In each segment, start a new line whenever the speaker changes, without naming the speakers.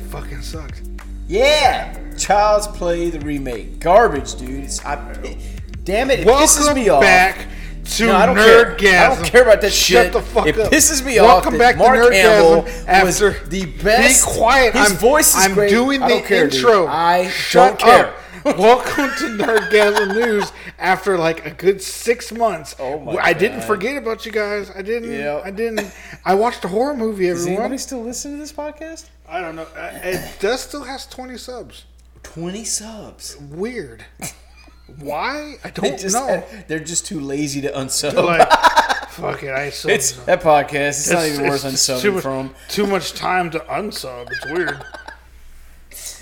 fucking sucked.
Yeah, Child's Play the remake, garbage, dude. It's, I, it- damn it, it pisses
Welcome
me off.
back to
No, I don't
Nerdgasm.
care. I don't care about that
Shut
shit.
the fuck
it
up.
pisses me
Welcome
off. that
back
Mark
to Nerdgasm
Hamill
after
was the best.
Be quiet.
His
I'm,
voice is
I'm
great.
doing
I
the
don't care, dude.
intro.
I
Shut
don't care.
up. Welcome to Nerdgasm News after like a good six months.
Oh my
I didn't
God.
forget about you guys. I didn't.
Yeah.
I didn't. I watched a horror movie.
Does
Everyone.
anybody still listen to this podcast?
I don't know. Uh, It does still has twenty subs.
Twenty subs.
Weird. Why? I
They
don't
just,
know.
They're just too lazy to unsub.
like, fuck it. I subbed.
it's that podcast. It's, not
It's-
even worth
it's just too
unsubbing
much,
from.
Too much time to unsub. It's weird.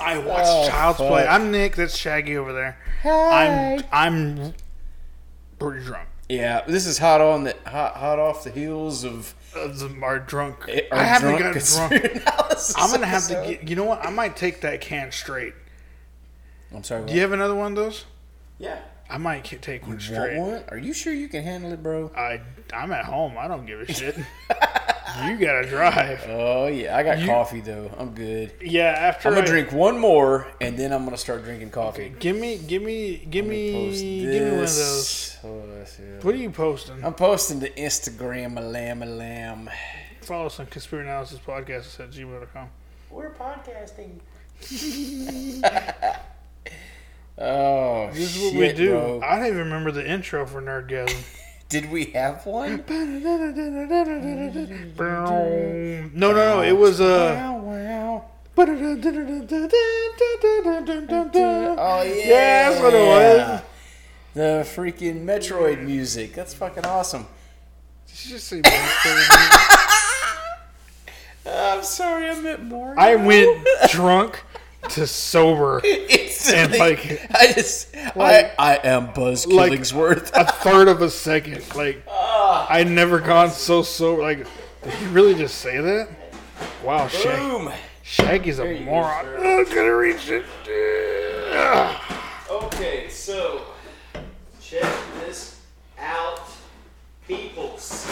I watched
Oh,
Child's
fuck.
Play. I'm Nick. That's Shaggy over there. I'm I'm pretty drunk.
Yeah, this is hot on the hot, hot off the heels of.
Uh, the- Our drunk.
Eh, our
I haven't
drunk
gotten
conspiracy
drunk.
analysis
I'm gonna have to
episode.
get. You know what? I might take that can straight.
I'm sorry.
Do you have another one of those?
Yeah.
I might ca- take one
Want
straight.
one? Are you sure you can handle it, bro?
I I'm at home. I don't give a shit. you gotta drive.
Oh yeah, I got coffee though. I'm good.
Yeah. After
I'm gonna
I-
drink one more, and then I'm gonna start drinking coffee.
Give me, give me, give me,
Post
give me one of those.
this. Hold on a second.
What are you posting?
I'm posting to Instagram, a lamb, a lamb.
Follow us on Conspiracy Analysis Podcast at gmail.com.
We're podcasting. oh,
This is
shit,
what we do.
Bro.
I don't even remember the intro for Nerdgasm.
Did we have one?
no, no, no. It was uh.
wow, wow.
Oh
Oh yeah,
Yeah, that's what it was.
The freaking Metroid music. That's fucking awesome.
Did you just say Metroid?
I'm sorry, I meant more.
I went drunk to sober and,
instantly.
like-
I just,
like-
I, I am Buzz
like-
Killingsworth.
a third of a second. Like I never gone so sober. Like did you really just say that? Wow, Shaggy.
Boom.
Shaggy's a
go,
moron.
sir.
I'm gonna reach it. Ugh.
Okay, so check this out, peoples.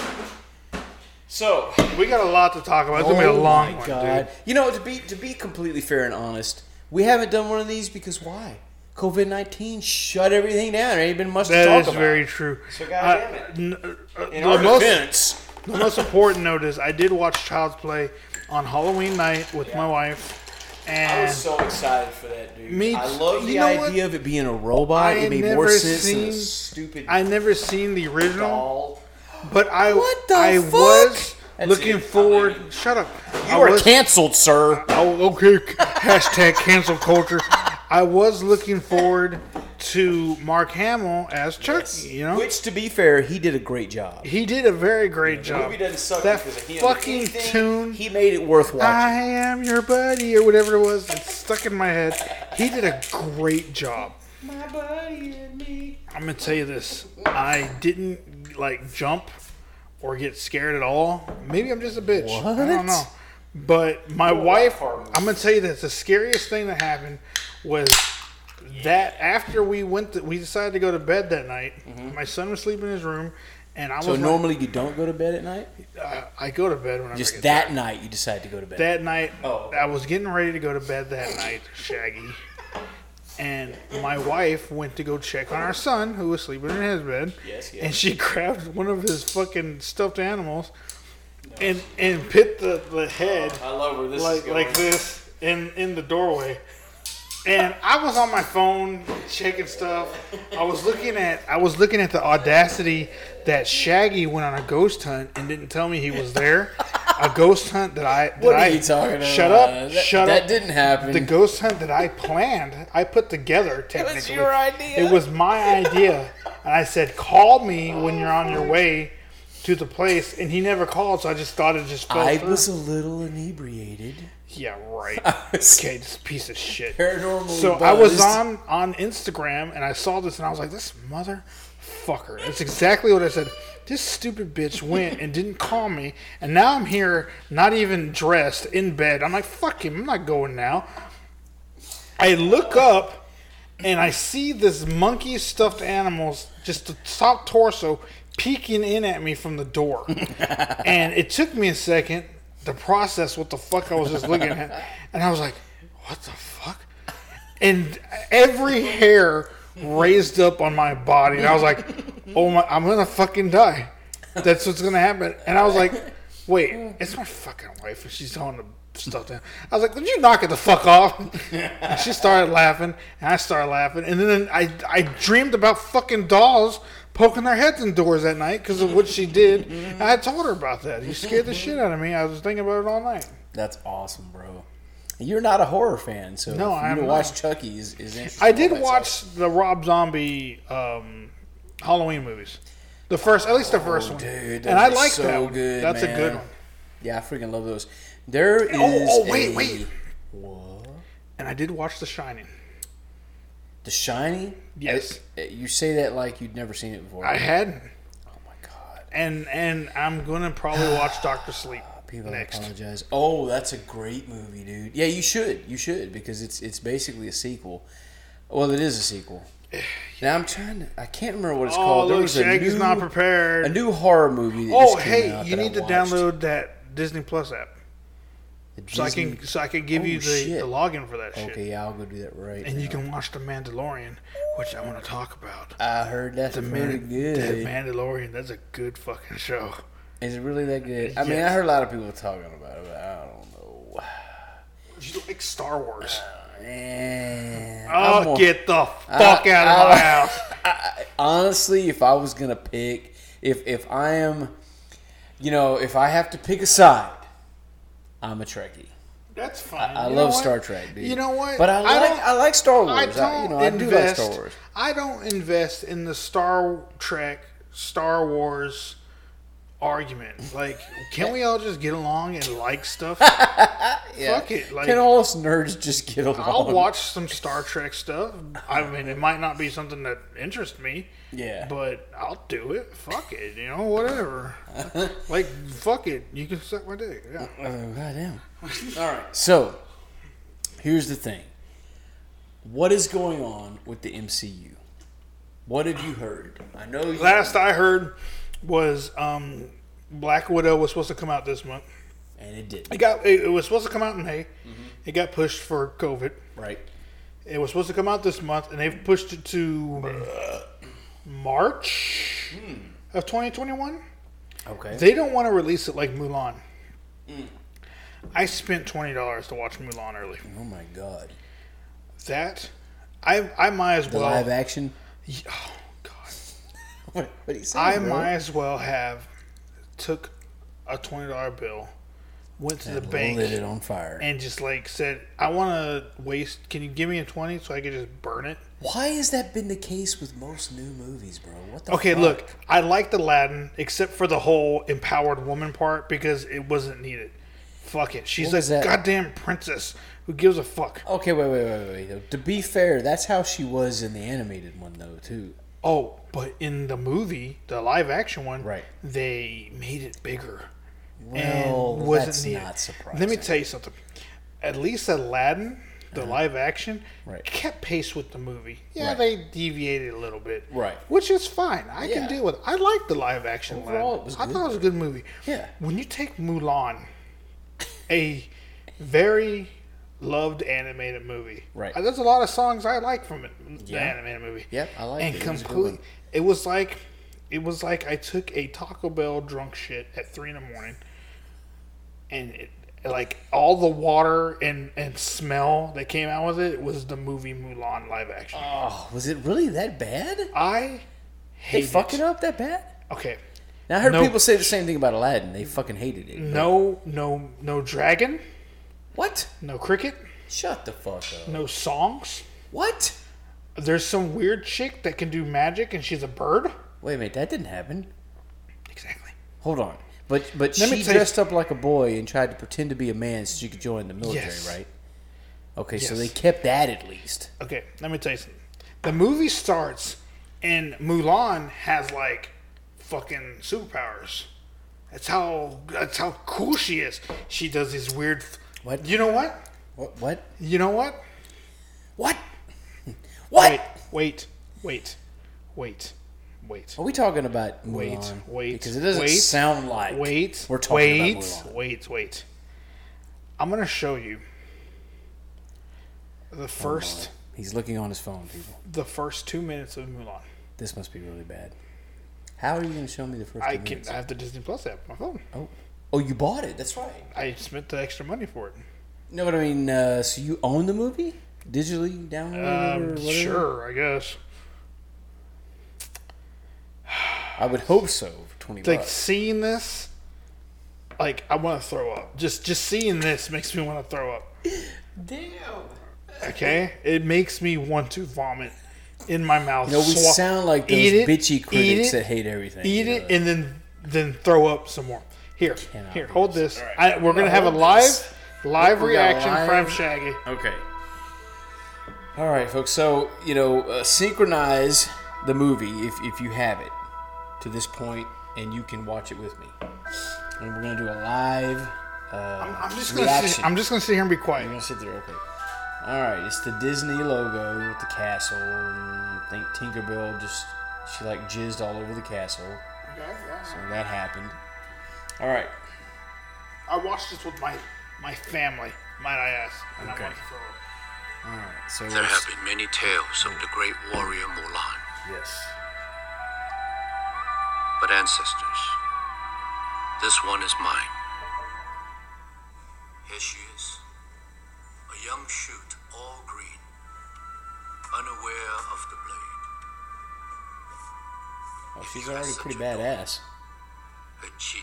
So
We got a lot to talk about. It's gonna be a long one, dude.
Oh You know, to be to be completely fair and honest, we haven't done one of these because why? COVID nineteen shut everything down. There ain't been much to
That
talk
is
about.
very true.
So goddamn it.
n- uh,
In
the,
our
most,
defense,
the most important note is I did watch Child's Play on Halloween night with my wife,
I
and
was so excited for that, dude.
Me
I
too.
love the
You know what?
idea of it being a robot.
I
it
had
made more
never
sense than
seen-
a stupid
I never seen the original,
doll.
but I
What the
I
fuck?
was
That's
looking
it.
forward. Shut up. I
You are
was-
canceled, sir.
Oh, okay. Hashtag cancel culture. I was looking forward to Mark Hamill as Chucky. You know,
Which, to be fair, he did a great job.
he did a very great
The
job.
movie doesn't suck
that
because of him.
fucking
If anything,
tune.
He made it worth watching.
I am your buddy or whatever it was. It's stuck in my head. He did a great job.
My buddy and me.
I'm gonna tell you this. I didn't like jump or get scared at all. Maybe I'm just a bitch. I
What?
don't know. But my
a
wife,
horror movie.
I'm gonna tell you this. The scariest thing that happened was that after we went, to, we decided to go to bed that night. My son was sleeping in his room, and I
Mm-hmm. So
was. Normal-
normally you don't go to bed at night.
I go to bed when I
Just
get
that night you decide to go to bed.
that night
Oh.
I was getting ready to go to bed that night, Shaggy. And my wife went to go check on our son who was sleeping in his bed.
Yes, yes.
And she grabbed one of his fucking stuffed animals and and put the, the head
I love where this is
like
going.
like this in in the doorway. And I was on my phone checking stuff. I was looking at I was looking at the audacity that Shaggy went on a ghost hunt and didn't tell me he was there. A ghost hunt that I that
What are
I,
you talking
Shut
about?
up!
That-
shut
that
up!
didn't happen.
The ghost hunt that I planned, I put together. Technically,
your idea.
It was my idea, and I said, "Call me when you're on your way to the place." And he never called, so I just thought it just fell
I
through.
was a little inebriated.
Yeah, right.
was-
okay, this piece of shit.
Paranormally
So I was
buzzed.
on on Instagram and I saw this and I was like, this motherfucker. That's exactly what I said. This stupid bitch went and didn't call me, and now I'm here, not even dressed, in bed. I'm like, fuck him. I'm not going now. I look up and I see this monkey stuffed animals, just the top torso peeking in at me from the door. and it took me a second to process what the fuck I was just looking at. And I was like, what the fuck? And every hair raised up on my body, and I was like, oh my, I'm gonna fucking die. That's what's gonna happen. And I was like, wait, it's my fucking wife, and she's on the stuff down. I was like, would you knock it the fuck off? And she started laughing, and I started laughing, and then I I dreamed about fucking dolls. Poking their heads in doors that night because of what she did. And I told her about that. You scared the shit out of me. I was thinking about it all night.
That's awesome, bro. You're not a horror fan, so
No,
for you
I'm
to
not.
watch Chucky is, is interesting.
I
all
did
by
watch the Rob Zombie um, Halloween movies. The first, at least the first one,
itself. Oh, dude.
and I like
like so
that. one.
Good,
That's a good
man.
one.
Yeah, I freaking love those. There is.
oh, wait,
a-
wait.
What?
And I did watch The Shining.
The Shining.
Yes.
Uh, You say that like you'd never seen it before.
I had,
oh my god.
and and I'm gonna probably watch Doctor Sleep
People
next.
apologize. Oh, that's a great movie, dude. Yeah, you should. You should because it's it's basically a sequel. Well, it is a sequel. Now I'm trying to. I can't remember what it's
Oh,
called. There
look,
was a
Shaggy's
new,
not
a
prepared.
new horror movie. That
oh,
just came
hey,
out
you
that I
need to
watched.
download that Disney Plus app
The
so I
Disney-
can so I can give
Oh,
you the,
shit.
the login for that shit,
Okay, yeah, I'll go do that right.
and you
now.
can watch The Mandalorian, which I want to talk about.
I heard that's
The
pretty
Man-
good.
The Mandalorian. That's a good fucking show.
Is it really that good? I mean, I
Yes.
heard a lot of people talking about it, but I don't know.
You like Star Wars?
Man,
Oh,
Uh, I'm gonna-
get the fuck
I-
out of
I-
my house!
I- I- honestly, if I was gonna pick, if if I am, you know, if I have to pick a side, I'm a Trekkie.
That's fine.
I
You know
love
what?
Star Trek, dude.
You know what?
But I like I,
don't-
like Star Wars.
I
I,
don't
you know, I do like
invest.
Star Wars.
I don't invest in the Star Trek, Star Wars argument. Like, can we all just get along and like stuff?
Yeah.
Fuck it. Like,
Can all us nerds just get along?
I'll watch some Star Trek stuff. I mean, it might not be something that interests me.
Yeah.
But I'll do it. Fuck it. You know, whatever. like, fuck it. You can suck my dick. Yeah.
Oh, goddamn. All right. So, here's the thing. What is going on with the MCU? What have you heard? I know you.
Last I heard was um, Black Widow was supposed to come out this month.
and it
It
didn't.
got it, it was supposed to come out in May.
Mm-hmm.
It got pushed for COVID.
Right.
It was supposed to come out this month, and they've pushed it to uh, March
Hmm.
of 2021.
Okay.
They don't want to release it like Mulan.
Mm.
I spent twenty dollars to watch Mulan early.
oh my god.
That I I might as
The
well.
live action.
Ye- oh, God.
What, what do you say?
I
bro?
might as well have took a twenty dollar bill, went to the bank,
lit it on fire.
and just like said, "I want to waste. Can you give me a twenty so I could just burn it?"
Why has that been the case with most new movies, bro? What the?
Okay,
fuck?
look, I liked Aladdin except for the whole empowered woman part because it wasn't needed. Fuck it. She's
What was
a
that?
goddamn princess. Who gives a fuck?
Okay, wait, wait, wait, wait, wait. To be fair, that's how she was in the animated one, though, too.
Oh, but in the movie, the live action one,
Right.
they made it bigger.
Well,
and wasn't
that's
needed.
not surprising.
Let me tell you something. At least Aladdin, the live action,
Uh-huh. Right.
kept pace with the movie. Yeah,
Right.
they deviated a little bit.
Right.
Which is fine. I
Yeah.
can deal with it. I like the live action
Overall,
Aladdin.
it was
I
good.
thought it was a good movie.
Yeah.
When you take Mulan, a very loved animated movie.
Right.
Uh, There's a lot of songs I like from it, the
Yeah.
animated movie.
Yep, I liked
and
it. It was a good
completely,
one.
it was like, it was like I took a Taco Bell drunk shit at three in the morning, and it, like all the water and and smell that came out with it was the movie Mulan live action.
Oh, was it really that bad?
I
They
hate
fuck it up that bad?
Okay,
Now I heard
No.
people say the same thing about Aladdin. They fucking hated
Mm.
it.
no, no, no dragon,
What?
no cricket,
Shut the fuck up.
no songs.
What?
There's some weird chick that can do magic, and she's a bird.
Wait a minute, that didn't happen.
Exactly.
Hold on. But but
Let me
she
tell you-
dressed up like a boy and tried to pretend to be a man so she could join the military,
Yes.
right? Okay, so
Yes.
they kept that at least.
Okay, let me tell you something. The movie starts, and Mulan has like fucking superpowers. That's how that's how cool she is. She does these weird.
What?
You know what?
What? What?
You know what?
What? what?
Wait, wait, wait, wait, wait.
Are we talking about Mulan?
Wait, wait,
Because it doesn't
wait,
sound like
Wait.
we're talking
wait,
about Mulan.
wait, wait. I'm gonna show you
Oh
the first
He's looking on his phone, people.
the first two minutes of Mulan.
This must be really bad. How are you going to show me the first?
I
two
can
minutes?
I have the Disney Plus app on my phone.
Oh, oh, you bought it. That's right.
I spent the extra money for it.
No, but I mean, uh, so you own the movie digitally, downloaded, or
Um,
whatever?
sure, I guess.
I would hope so. For Twenty
Like
bucks.
seeing this, like I want to throw up. Just just seeing this makes me want to throw up.
Damn.
Okay, it makes me want to vomit in my mouth.
No, we
swa-
sound like those
eat it,
bitchy
eat
critics
it,
that hate everything.
eat
you know,
it and then then throw up some more. Here,
Cannot
here,
do
hold this. I, we're gonna have a
hold
live
this.
live
We got a
reaction
live-
from Shaggy.
Okay. All right, folks. So you know, uh, synchronize the movie if if you have it to this point, and you can watch it with me. And we're gonna do a live. Uh,
I'm just gonna sit,
reaction.
I'm just gonna sit here and be
I'm
quiet.
gonna sit there. Okay. All right. It's the Disney logo with the castle. And I think Tinkerbell just she like jizzed all over the castle. So that happened. All right.
I watched this with my my family, might I ask? And
Okay.
I want to throw up.
All right. So
There have
it's-
been many tales of the great warrior Mulan,
yes.
but ancestors, this one is mine. Here she is, a young shoot, all green, unaware of the blade.
Oh, she's already pretty badass.
Her chi,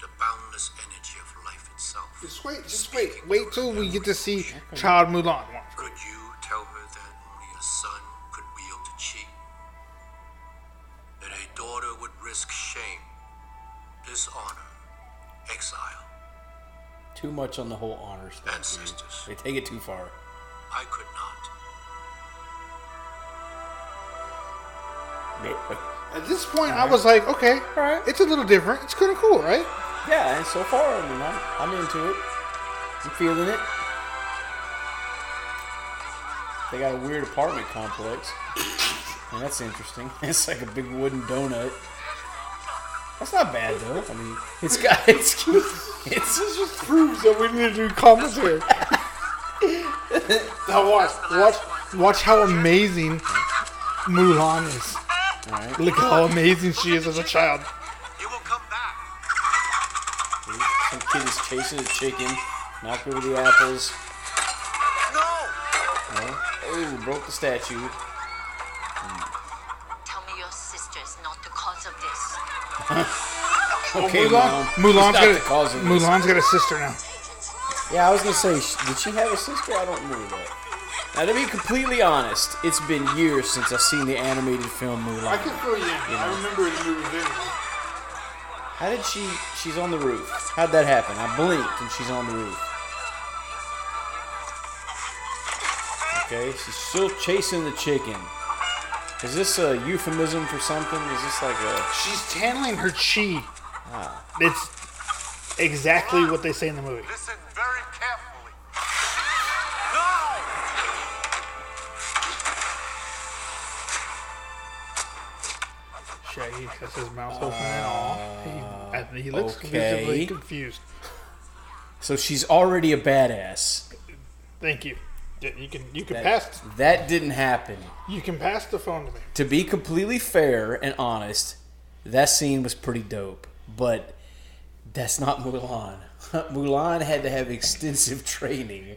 the boundless energy of life itself.
Just wait, just wait, wait till we get to see Child Mulan.
Could you tell her that only a son could wield the chi? That a daughter would risk shame, dishonor, exile?
Too much on the whole honor stuff. dude.
Ancestors.
They take it too far.
I could not.
At this point, I was like, okay, all right, it's a little different. It's kind of cool, right?
Yeah, and so far, I mean, I'm, I'm into it. I'm feeling it. They got a weird apartment complex. And that's interesting. It's like a big wooden donut. That's not bad though. I mean, it's got it's cute. It's
This just proves that we need to do commentary. now watch, watch, watch how amazing Mulan is.
Alright.
Look how amazing she is as a child.
You will come back.
some kid is chasing a chicken, knocked over the apples.
No!
Oh, broke the statue.
Tell me your sister's not the cause of this.
Okay,
Mulan,
Mom.
Mulan's
Stop
got
the cause
a,
of this.
Mulan's got a sister now.
Yeah, I was gonna say, sh- did she have a sister? I don't remember that. Now, to be completely honest, it's been years since I've seen the animated film Mulan.
feel you. I remember the movie vividly.
How did she? She's on the roof. How'd that happen? I blinked and she's on the roof. Okay, she's still chasing the chicken. Is this a euphemism for something? Is this like a?
She's channeling her chi.
Ah.
It's exactly what they say in the movie.
Listen very carefully. No!
Shaggy has his mouth open and all. He, and he looks
Uh, okay.
visibly confused.
So she's already a badass.
Thank you. Yeah, You can you can
That,
pass
that didn't happen.
you can pass the phone to me.
to be completely fair and honest, that scene was pretty dope, but that's not Mulan. Mulan had to have extensive training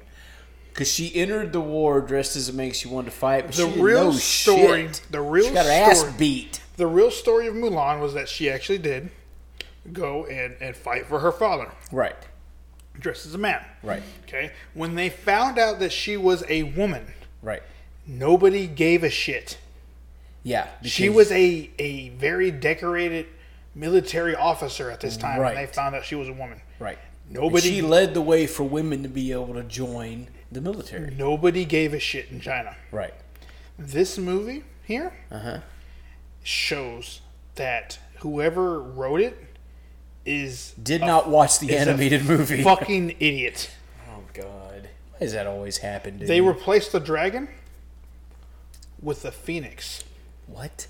because she entered the war dressed as a man she wanted to fight, but
The
she didn't
real
know
story-
shit.
the real
she got her
story-
ass beat.
The real story of Mulan was that she actually did go and, and fight for her father,
Right,
dressed as a man.
Right.
Okay. When they found out that she was a woman,
right,
nobody gave a shit.
yeah. because-
She was a, a very decorated military officer at this time when
Right.
they found out she was a woman.
right.
Nobody-
She led the way for women to be able to join the military.
Nobody gave a shit in China.
Right.
This movie here shows that whoever wrote it is
Did not watch the
is a
animated movie.
fucking idiot.
Oh God. Why does that always happen? Dude?
They replaced the dragon with the phoenix.
what?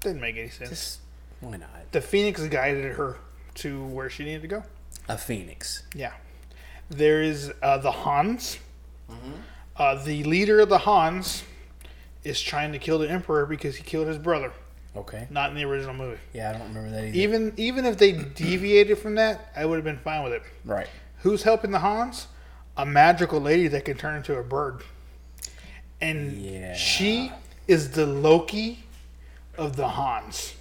Didn't make any sense.
Why not?
The phoenix guided her to where she needed to go.
A phoenix.
Yeah. There is uh, the Hans. Uh, the leader of the Hans is trying to kill the Emperor because he killed his brother.
Okay.
Not in the original movie.
Yeah, I don't remember that either.
Even even if they deviated from that, I would have been fine with it.
right.
Who's helping the Hans? A magical lady that can turn into a bird. And
Yeah.
she is the Loki of the Hans.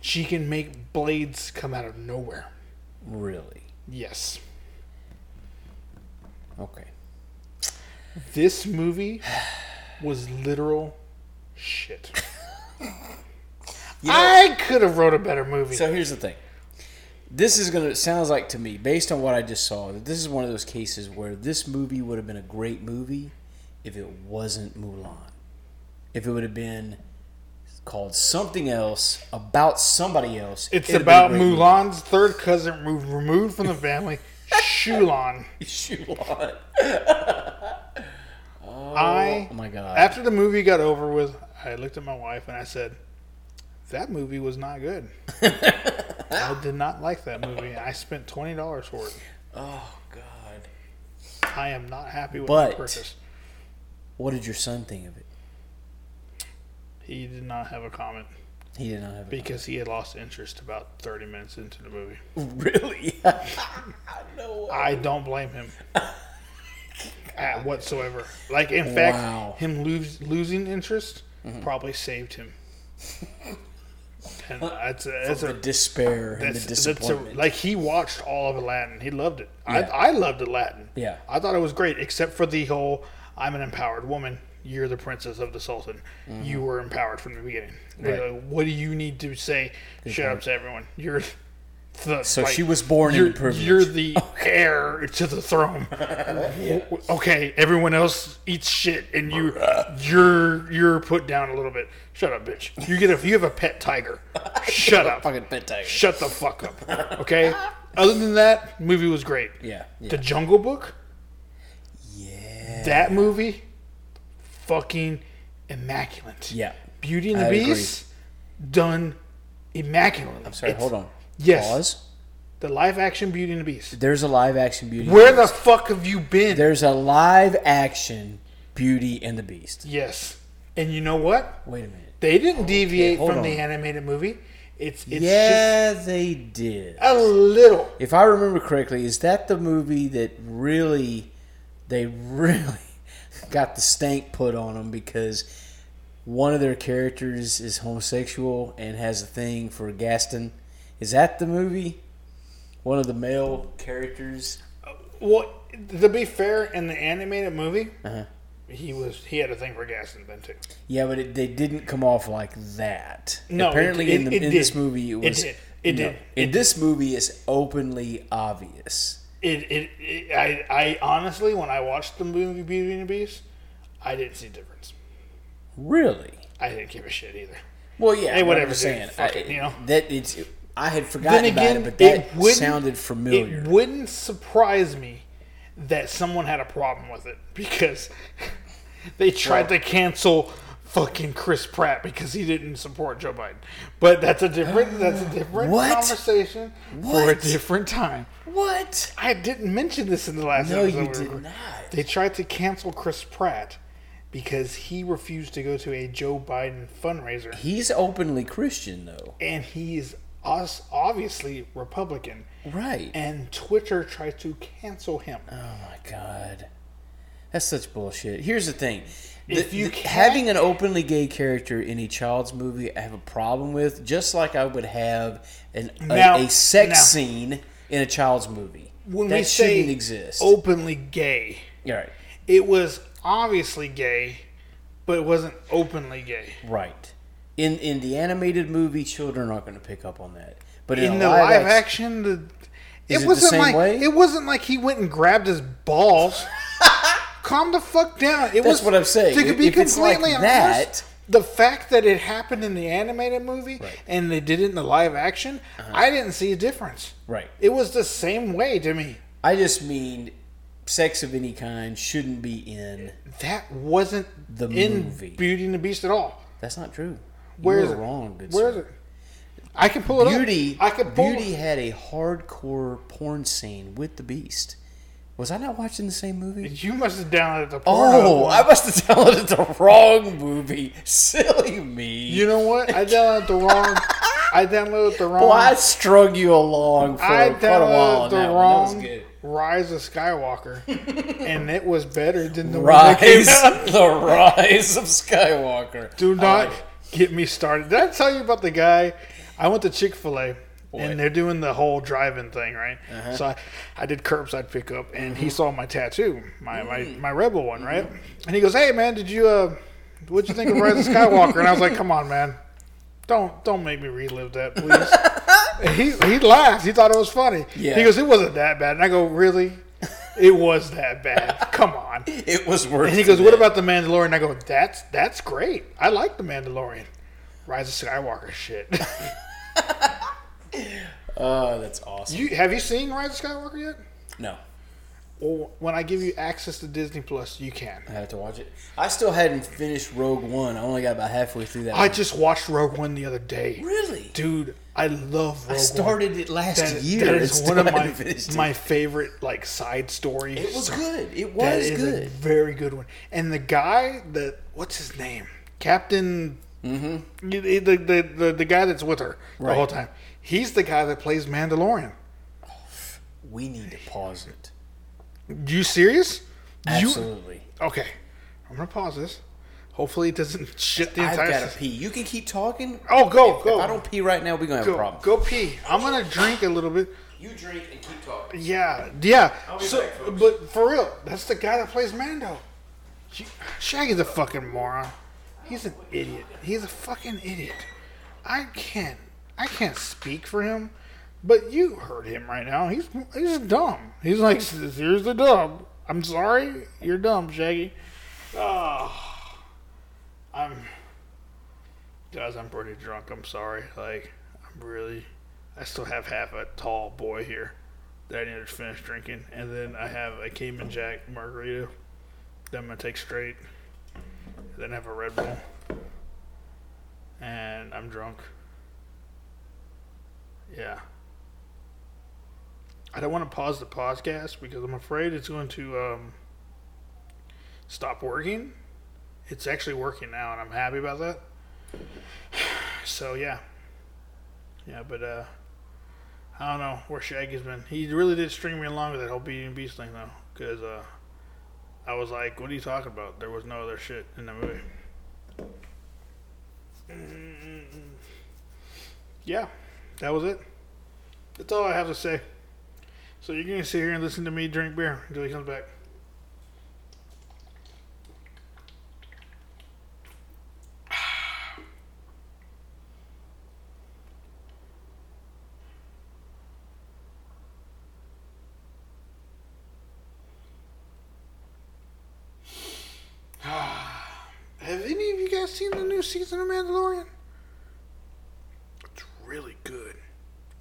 She can make blades come out of nowhere.
Really.
Yes.
Okay.
This movie was literal shit. I could have wrote a better movie.
So here's the thing. This is gonna it sounds like to me, based on what I just saw, that this is one of those cases where this movie would have been a great movie if it wasn't Mulan. If it would have been called something else about somebody else.
it's
it'd have
about
been a great
Mulan's third cousin re- removed from the family, Shulan.
movie. Mulan.
I
Oh my god.
after the movie got over with, I looked at my wife and I said, "That movie was not good. I did not like that movie. I spent twenty dollars for it.
oh god.
I am not happy with my
But-
purchase."
What did your son think of it?
He did not have a comment
He did not have a
because he had lost interest about thirty minutes into the movie.
Really? no.
I don't blame him at whatsoever. Like in fact,
Wow. Mm-hmm.
him lose, losing interest probably saved him. And that's a, that's
The
a
despair and the
That's, that's a,
disappointment.
like he watched all of Aladdin. He loved it.
Yeah.
I, I loved Aladdin.
Yeah.
I thought it was great, except for the whole "I'm an empowered woman. You're the princess of the Sultan. You were empowered from the beginning. They're
Mm-hmm. Right.
like, what do you need to say? Shut up to everyone. You're the
So
like,
she was born
you're,
into privilege.
You're the heir to the throne. Okay, everyone else eats shit, and you you're you're put down a little bit. Shut up, bitch. You get a you have a pet tiger. Shut up.
fucking pet tiger.
Shut the fuck up. Okay. Other than that, movie was great.
yeah. Yeah.
The Jungle Book.
yeah.
That movie, fucking immaculate.
Yeah.
Beauty and the
I agree.
Beast, done immaculately.
Sorry, hold on.
Yes.
Pause.
The live action Beauty and the Beast.
There's a live action Beauty. and
Where
the
the fuck have you been?
There's a live action Beauty and the Beast.
Yes. And you know what?
Wait a minute.
They didn't deviate
hold
from the
on.
animated movie. It's it's just
yeah, they did.
a little.
If I remember correctly, is that the movie that really they really got the stank put on them because one of their characters is homosexual and has a thing for Gaston? Is that the movie? One of the male characters.
Well, to be fair, in the animated movie, he was he had a thing for Gaston then too.
Yeah, but it, they didn't come off like that.
No,
apparently
it-
in, the,
it- it
in this
did.
movie it
It
was.
did. It
no.
did.
In this movie, it's openly obvious.
It, it, it I, I honestly, when I watched the movie Beauty and the Beast, I didn't see a difference.
Really?
I didn't give a shit either.
Well, yeah.
Hey,
what
whatever,
I'm
dude.
saying
Fuck it,
I-
you know?
that it's. I had forgotten
again,
about it, but
it
that
wouldn't-
sounded familiar.
It wouldn't surprise me that someone had a problem with it because they tried to cancel fucking Chris Pratt because he didn't support Joe Biden. But that's a different that's a different
What?
conversation for a
What?
different time.
what?
I didn't mention this in the last
No,
episode.
you
we
did
recorded.
not.
They tried to cancel Chris Pratt because he refused to go to a Joe Biden fundraiser,
He's openly Christian, though.
and he is us obviously Republican.
Right.
And Twitter tried to cancel him.
oh my god, that's such bullshit. Here's the thing:
If
The-
you
the-
can't-
having an openly gay character in a child's movie, I have a problem with. Just like I would have an a,
Now-
a sex
now-
scene in a child's movie.
When
that
we say
shouldn't exist.
openly gay,
All right.
it was obviously gay, but it wasn't openly gay.
Right. In in the animated movie, children aren't going to pick up on that. But in,
In
a
the
live,
live
action,
action, the
Is it the
wasn't
same
like
way?
it wasn't like he went and grabbed his balls. Calm the fuck down. It
That's
was,
what I'm saying.
To be
If it's like
completely
that-
honest, the fact that it happened in the animated movie
Right. Uh-huh.
and they did it in the live action, I didn't see a difference.
Right.
It was the same way to me.
I just mean sex of any kind shouldn't be in.
That wasn't
The
in
movie.
Beauty and the Beast at all.
That's not true.
Where
you
is
were
it?
wrong. Good
Where is
sir.
it? I can pull it
Beauty.
up. I can pull
Beauty
it.
had a hardcore porn scene with the Beast. Was I not watching the same movie?
You must have downloaded the porn.
Oh, I must have downloaded the wrong movie. Silly me.
You know what? I downloaded the wrong. I downloaded the wrong.
Well, Oh, I strung you along for
I
quite a while
downloaded
on
the
that one. That was
wrong
good.
Rise of Skywalker, and it was better than the one that came
Rise,
out.
the rise of Skywalker.
Do
I
not
like it.
get me started. Did I tell you about the guy? I went to Chick Fil A,
What?
and they're doing the whole drive-in thing, right? So I, I did curbside pickup, and he saw my tattoo, my, my my rebel one, right? And he goes, "Hey man, did you uh, what'd you think of Rise of Skywalker?" And I was like, "Come on, man, don't don't make me relive that, please." And he he laughed. He thought it was funny.
Yeah.
He goes, "It wasn't that bad," and I go, "Really?" It was that bad. Come on.
It was worth.
And he goes, "What
it.
about the Mandalorian?" I go, "That's that's great. I like the Mandalorian." Rise of Skywalker shit.
Oh, that's awesome.
you have you seen Rise of Skywalker yet?
no,
Well, when I give you access to Disney Plus, you can.
I had to watch it. I still hadn't finished Rogue One. I only got about halfway through that.
I just watched Rogue One the other day.
really,
Dude, I love Rogue One.
I started it last
That-
year.
That
and
is
still
one of
hadn't
my
finished it.
my favorite like side stories.
It was good. It
That
was
is a
good.
very good one. And the guy that what's his name? Captain. Mm-hmm. The, the, the, the, the guy that's with her the
Right.
whole time. He's the guy that plays Mandalorian.
We need to pause it.
You serious? You
Absolutely.
okay? I'm gonna pause this. Hopefully, it doesn't shit the
I've
entire.
got to
sys-
pee. You can keep talking.
Oh, go
If
go!
I don't pee right now, we're gonna have a
go
problem.
go pee. I'm gonna drink a little bit.
You drink and keep talking.
Yeah, yeah.
be
so,
back, folks.
but for real, that's the guy that plays Mando. Sh- Shaggy's a fucking moron. He's an idiot. He's a fucking idiot. I can't, I can't speak for him, but you heard him right now. He's he's dumb. He's like seriously dumb. I'm sorry, you're dumb, Shaggy.
Ah.
Oh, I'm guys. I'm pretty drunk. I'm sorry. Like I'm really. I still have half a tall boy here that I need to finish drinking, and then I have a Cayman Jack margarita that I'm gonna take straight. Then I have a Red Bull, and I'm drunk. Yeah. I don't want to pause the podcast because I'm afraid it's going to um, stop working. It's actually working now, and I'm happy about that. So yeah, yeah, but uh. I don't know where Shaggy's been. He really did string me along with that whole Beauty Beast thing, though, because uh, I was like, "What are you talking about?" There was no other shit in the movie. Mm, Yeah, that was it. That's all I have to say. So you're gonna sit here and listen to me drink beer until he comes back. Have any of you guys seen the new season of Mandalorian? It's really good.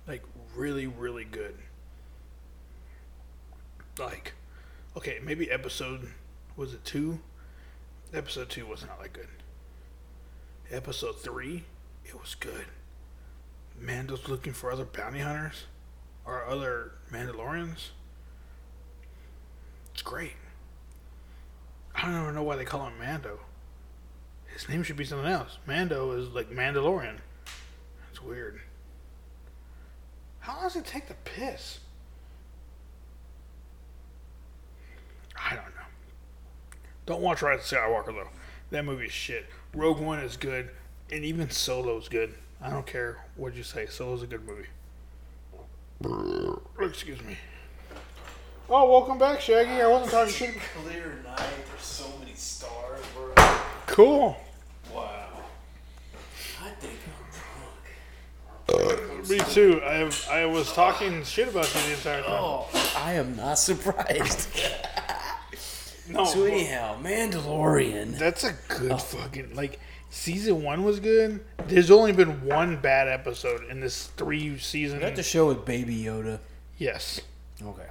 Like, really, really good. Like, okay, maybe episode, was it two? Episode two was not that good. Episode three, it was good. Mando's looking for other bounty hunters or other Mandalorians. It's great. I don't even know why they call him Mando. His name should be something else. Mando is like Mandalorian. That's weird. How long does it take to piss? I don't know. Don't watch Rise of Skywalker though. That movie is shit. Rogue One is good, and even Solo's good. I don't care what you say. Solo's a good movie. Excuse me. Oh, welcome back, Shaggy. I wasn't talking shit.
Clear night. There's so many stars. Bro.
Cool.
Wow. I think I'm
Me too. I have, I was talking shit about you the entire time.
drunk. Oh, I am not surprised.
no,
so anyhow, Mandalorian.
that's a good fucking like season one was good. There's only been one bad episode in this three season.
Got the show with Baby Yoda.
yes.
Okay.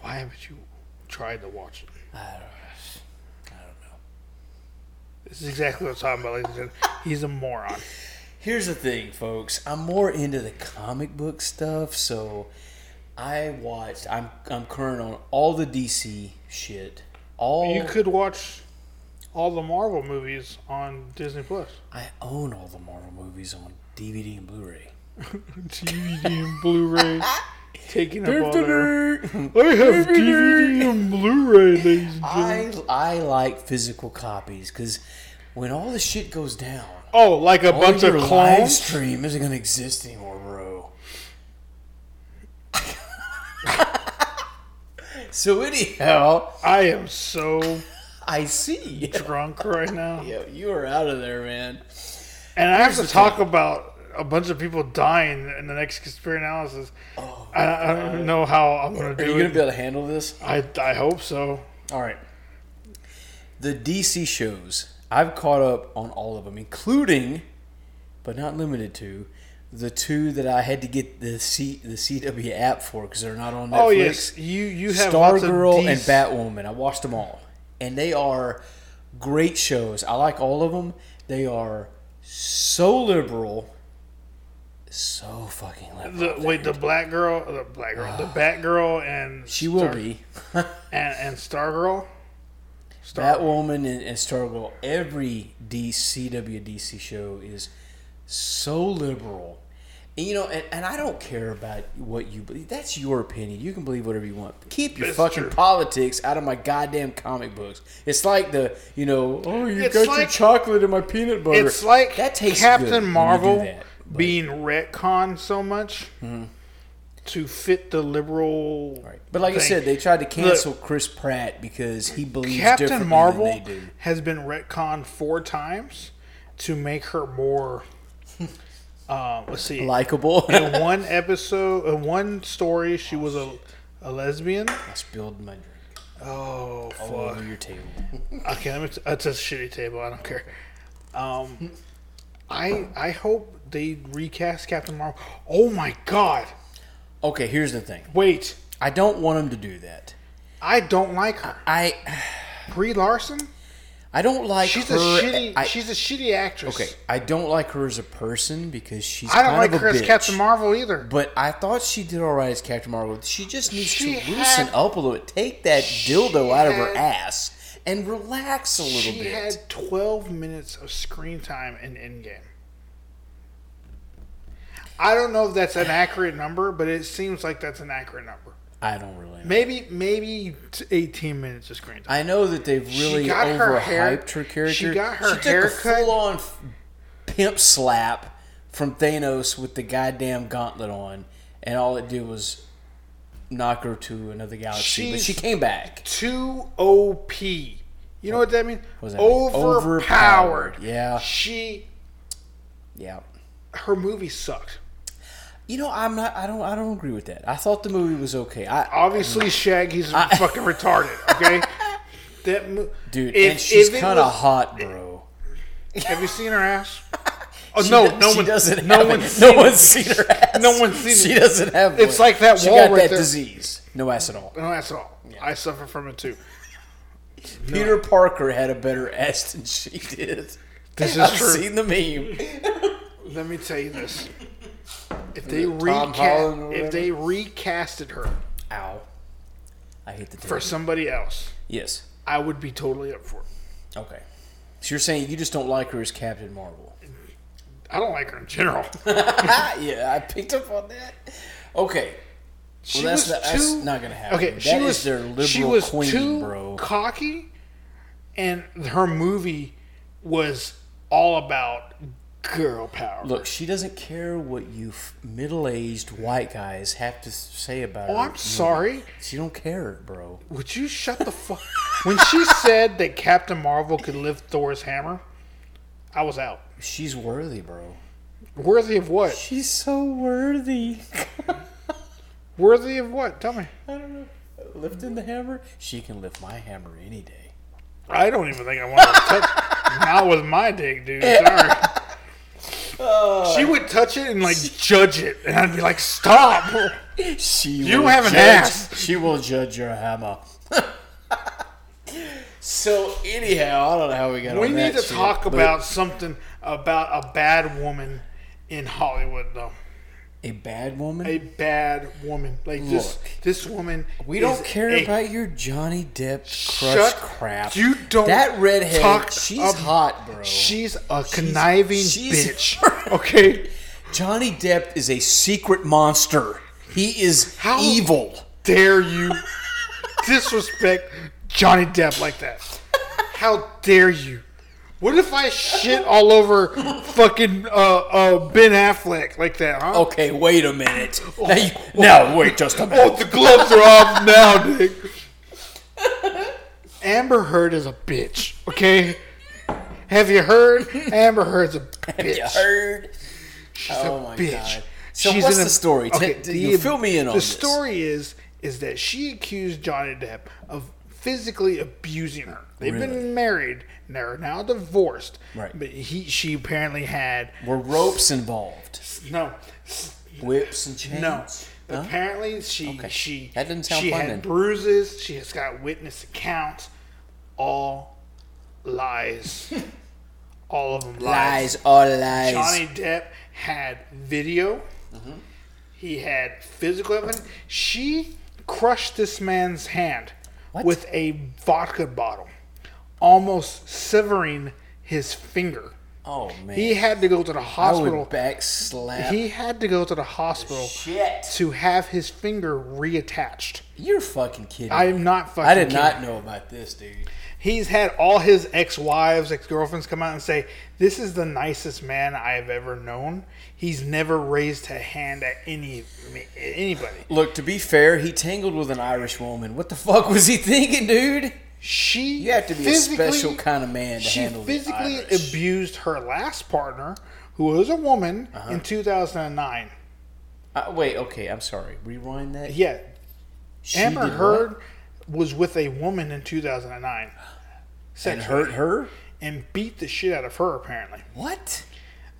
Why haven't you tried to watch it?
I don't, I don't know.
This is exactly what I'm talking about. Ladies and gentlemen. He's a moron.
Here's the thing, folks. I'm more into the comic book stuff, so I watched. I'm I'm current on all the DC shit. All
You could watch all the Marvel movies on Disney Plus.
I own all the Marvel movies on DVD and Blu-ray.
DVD and Blu-ray. Taking up all their...
I
I have DVD and Blu-ray, ladies and gentlemen.
I like physical copies because when all the shit goes down,
Oh, like a
all
bunch
your
of
live
clones?
stream isn't gonna exist anymore, bro. so anyhow,
I am so
I see.
drunk right now.
Yo, you are out of there, man.
And I have to talk about a bunch of people dying in the next conspiracy analysis. I, I don't know how I'm going to
Oh, Are
do
you gonna
it.
be able to handle this?
I, I hope so.
All right. The DC shows. I've caught up on all of them, including, but not limited to, the two that I had to get the C, the CW app for because they're not on Netflix.
Oh yes, you you have lots of
Stargirl and
dec-
Batwoman. I watched them all, and they are great shows. I like all of them. They are so liberal, so fucking
The,
liberal.
wait, the black girl, the black girl, the Batgirl, and
she will
Star-
be
and and Stargirl. Star,
Batwoman and, and Stargirl. Every DCW DC show is so liberal. And, you know, and, and I don't care about what you believe. That's your opinion. You can believe whatever you want. Keep your
That's
fucking
true.
politics out of my goddamn comic books. It's like the, you know, oh, you
It's
got your
like-
chocolate in my peanut butter.
it's like
that tastes good when
Captain
you do
Marvel
that, but-
being retconned so much to fit the liberal.
Right. But like I
thing.
said, they tried to cancel Chris Pratt because he believes
Captain
differently than
Marvel
they do.
has been retconned four times to make her more. um, let's see.
Likeable. I
in one episode, in one story, she was
Oh,
a, a lesbian.
spilled my drink
Oh, fuck.
all over your table.
Okay, let me. T- that's a shitty table. I don't care. Um, I I hope they recast Captain Marvel. Oh my god!
Okay, here's the thing.
Wait,
I don't want him to do that.
I don't like her.
I
Brie Larson.
I don't like
She's
her.
a shitty.
I,
she's a shitty actress.
okay, I don't like her as a person because she's.
I don't
kind
like
of a
her as
bitch.
Captain Marvel either.
But I thought she did all right as Captain Marvel. She just needs
She
to
had-
loosen up a little bit. Take that dildo out of her
had-
ass and relax a little
she
bit.
had 12 minutes of screen time in Endgame. I don't know if that's an accurate number, but it seems like that's an accurate number.
I don't really. Know.
Maybe maybe t- 18 minutes of screen time.
I know that they've really
got her
overhyped
hair-
her, character.
she got her
took
haircut-
a full-on f- pimp slap from Thanos with the goddamn gauntlet on, and all it did was knock her to another galaxy. but
She's-
she came back.
Too OP. You know what that means?
does that mean?
Overpowered.
Overpowered, yeah.
She
Yeah.
her movie sucked.
You know, I'm not. I don't. I don't agree with that. I thought the movie was okay. I,
Obviously
Mm.
Shaggy's fucking retarded, okay? That mo-
dude,
if-
and she's
if it
kind of
was-
hot, bro.
Have you seen her ass? Oh no,
She-
no
she
one
doesn't.
No
have
one's
it.
seen
no
it.
one's seen her ass.
No one's seen
She
it.
doesn't have.
It's
one.
like that
She
wall
got
right
that
there.
disease. No ass at all.
No ass at all. I suffer from it too.
Peter Parker had a better ass than she did.
This
I've
is true.
seen the meme.
Let me tell you this: if they
Tom Holland
recast,
or
if they recasted her
Ow. I hate the term.
for somebody else,
Yes.
I would be totally up for it.
Okay. So you're saying you just don't like her as Captain Marvel?
I don't like her in general.
ah, yeah, I picked up on that. Okay.
She
well, that's,
was
not, that's
too-
not gonna happen.
Okay,
That
she
is
was
their liberal
she was
queen,
too
bro.
cocky, and her movie was all about girl power.
Look, she doesn't care what you f- middle-aged white guys have to say about her.
oh, I'm sorry.
She don't care, bro.
Would you shut the fuck? when she said that Captain Marvel could lift Thor's hammer, I was out.
She's worthy, bro.
Worthy of what?
She's so worthy.
Worthy of what? Tell me.
I don't know. Lifting the hammer? She can lift my hammer any day.
I don't even think I want to touch. Not with my dick, dude. Sorry.
Uh,
she would touch it and like judge it, and I'd be like, "Stop!"
She
You
will
have an
judge,
ass.
She will judge your hammer. so anyhow, I don't know how we got.
We
on
need
that
to
shit,
talk
but
about something about a bad woman in Hollywood, though.
a bad woman.
a bad woman. Like this,
Look.
this woman.
we
is
don't care
a-
about your Johnny Depp crush
Shut-
crap.
you don't
That redhead,
talk
she's
ab-
hot, bro.
She's a conniving
she's-
bitch. Okay,
Johnny Depp is a secret monster. He is
How-
evil.
dare you disrespect Johnny Depp like that? How dare you? What if I shit all over fucking uh, uh, Ben Affleck like that? Huh?
Okay, wait a minute. Now, you, now wait just a minute.
Oh, the gloves are off now, Nick. Amber Heard is a bitch. Okay. Have you heard? Amber Heard's a bitch.
You heard?
She's
Oh
a
my
bitch.
God. So what's
an-
the story? T- t- you fill me in on
the
this.
story is is that she accused Johnny Depp of physically abusing her. They've
Really?
been married. and They're now divorced.
Right.
But he she apparently had
Were ropes involved?
no
Whips and chains?
no.
Huh?
Apparently she
Okay.
she
That doesn't sound
she
fun
had
then.
bruises. She has got witness accounts. All lies. all of them
Lies, all lies.
Johnny Depp had video.
Mm-hmm.
He had physical evidence. She crushed this man's hand
What?
with a vodka bottle, almost severing his finger.
oh man,
He had to go to the
I
hospital.
would back slap.
He had to go to the hospital
Shit,
to have his finger reattached.
you're fucking kidding.
I
I,
am not fucking.
I did
kidding.
not know about this, dude.
He's had all his ex-wives, ex-girlfriends come out and say, "This is the nicest man I have ever known. He's never raised a hand at any anybody."
Look, to be fair, he tangled with an Irish woman. What the fuck was he thinking, dude?
She
You have to be a
physically-
special kind of man to
she
handle the
physically
Irish.
abused her last partner, who was a woman,
Uh-huh.
in 2009.
Uh, wait, okay, I'm sorry. Rewind that.
Yeah,
She
Amber
did what?
Heard was with a woman in 2009.
and
Sexually,
hurt her.
and beat the shit out of her apparently.
What?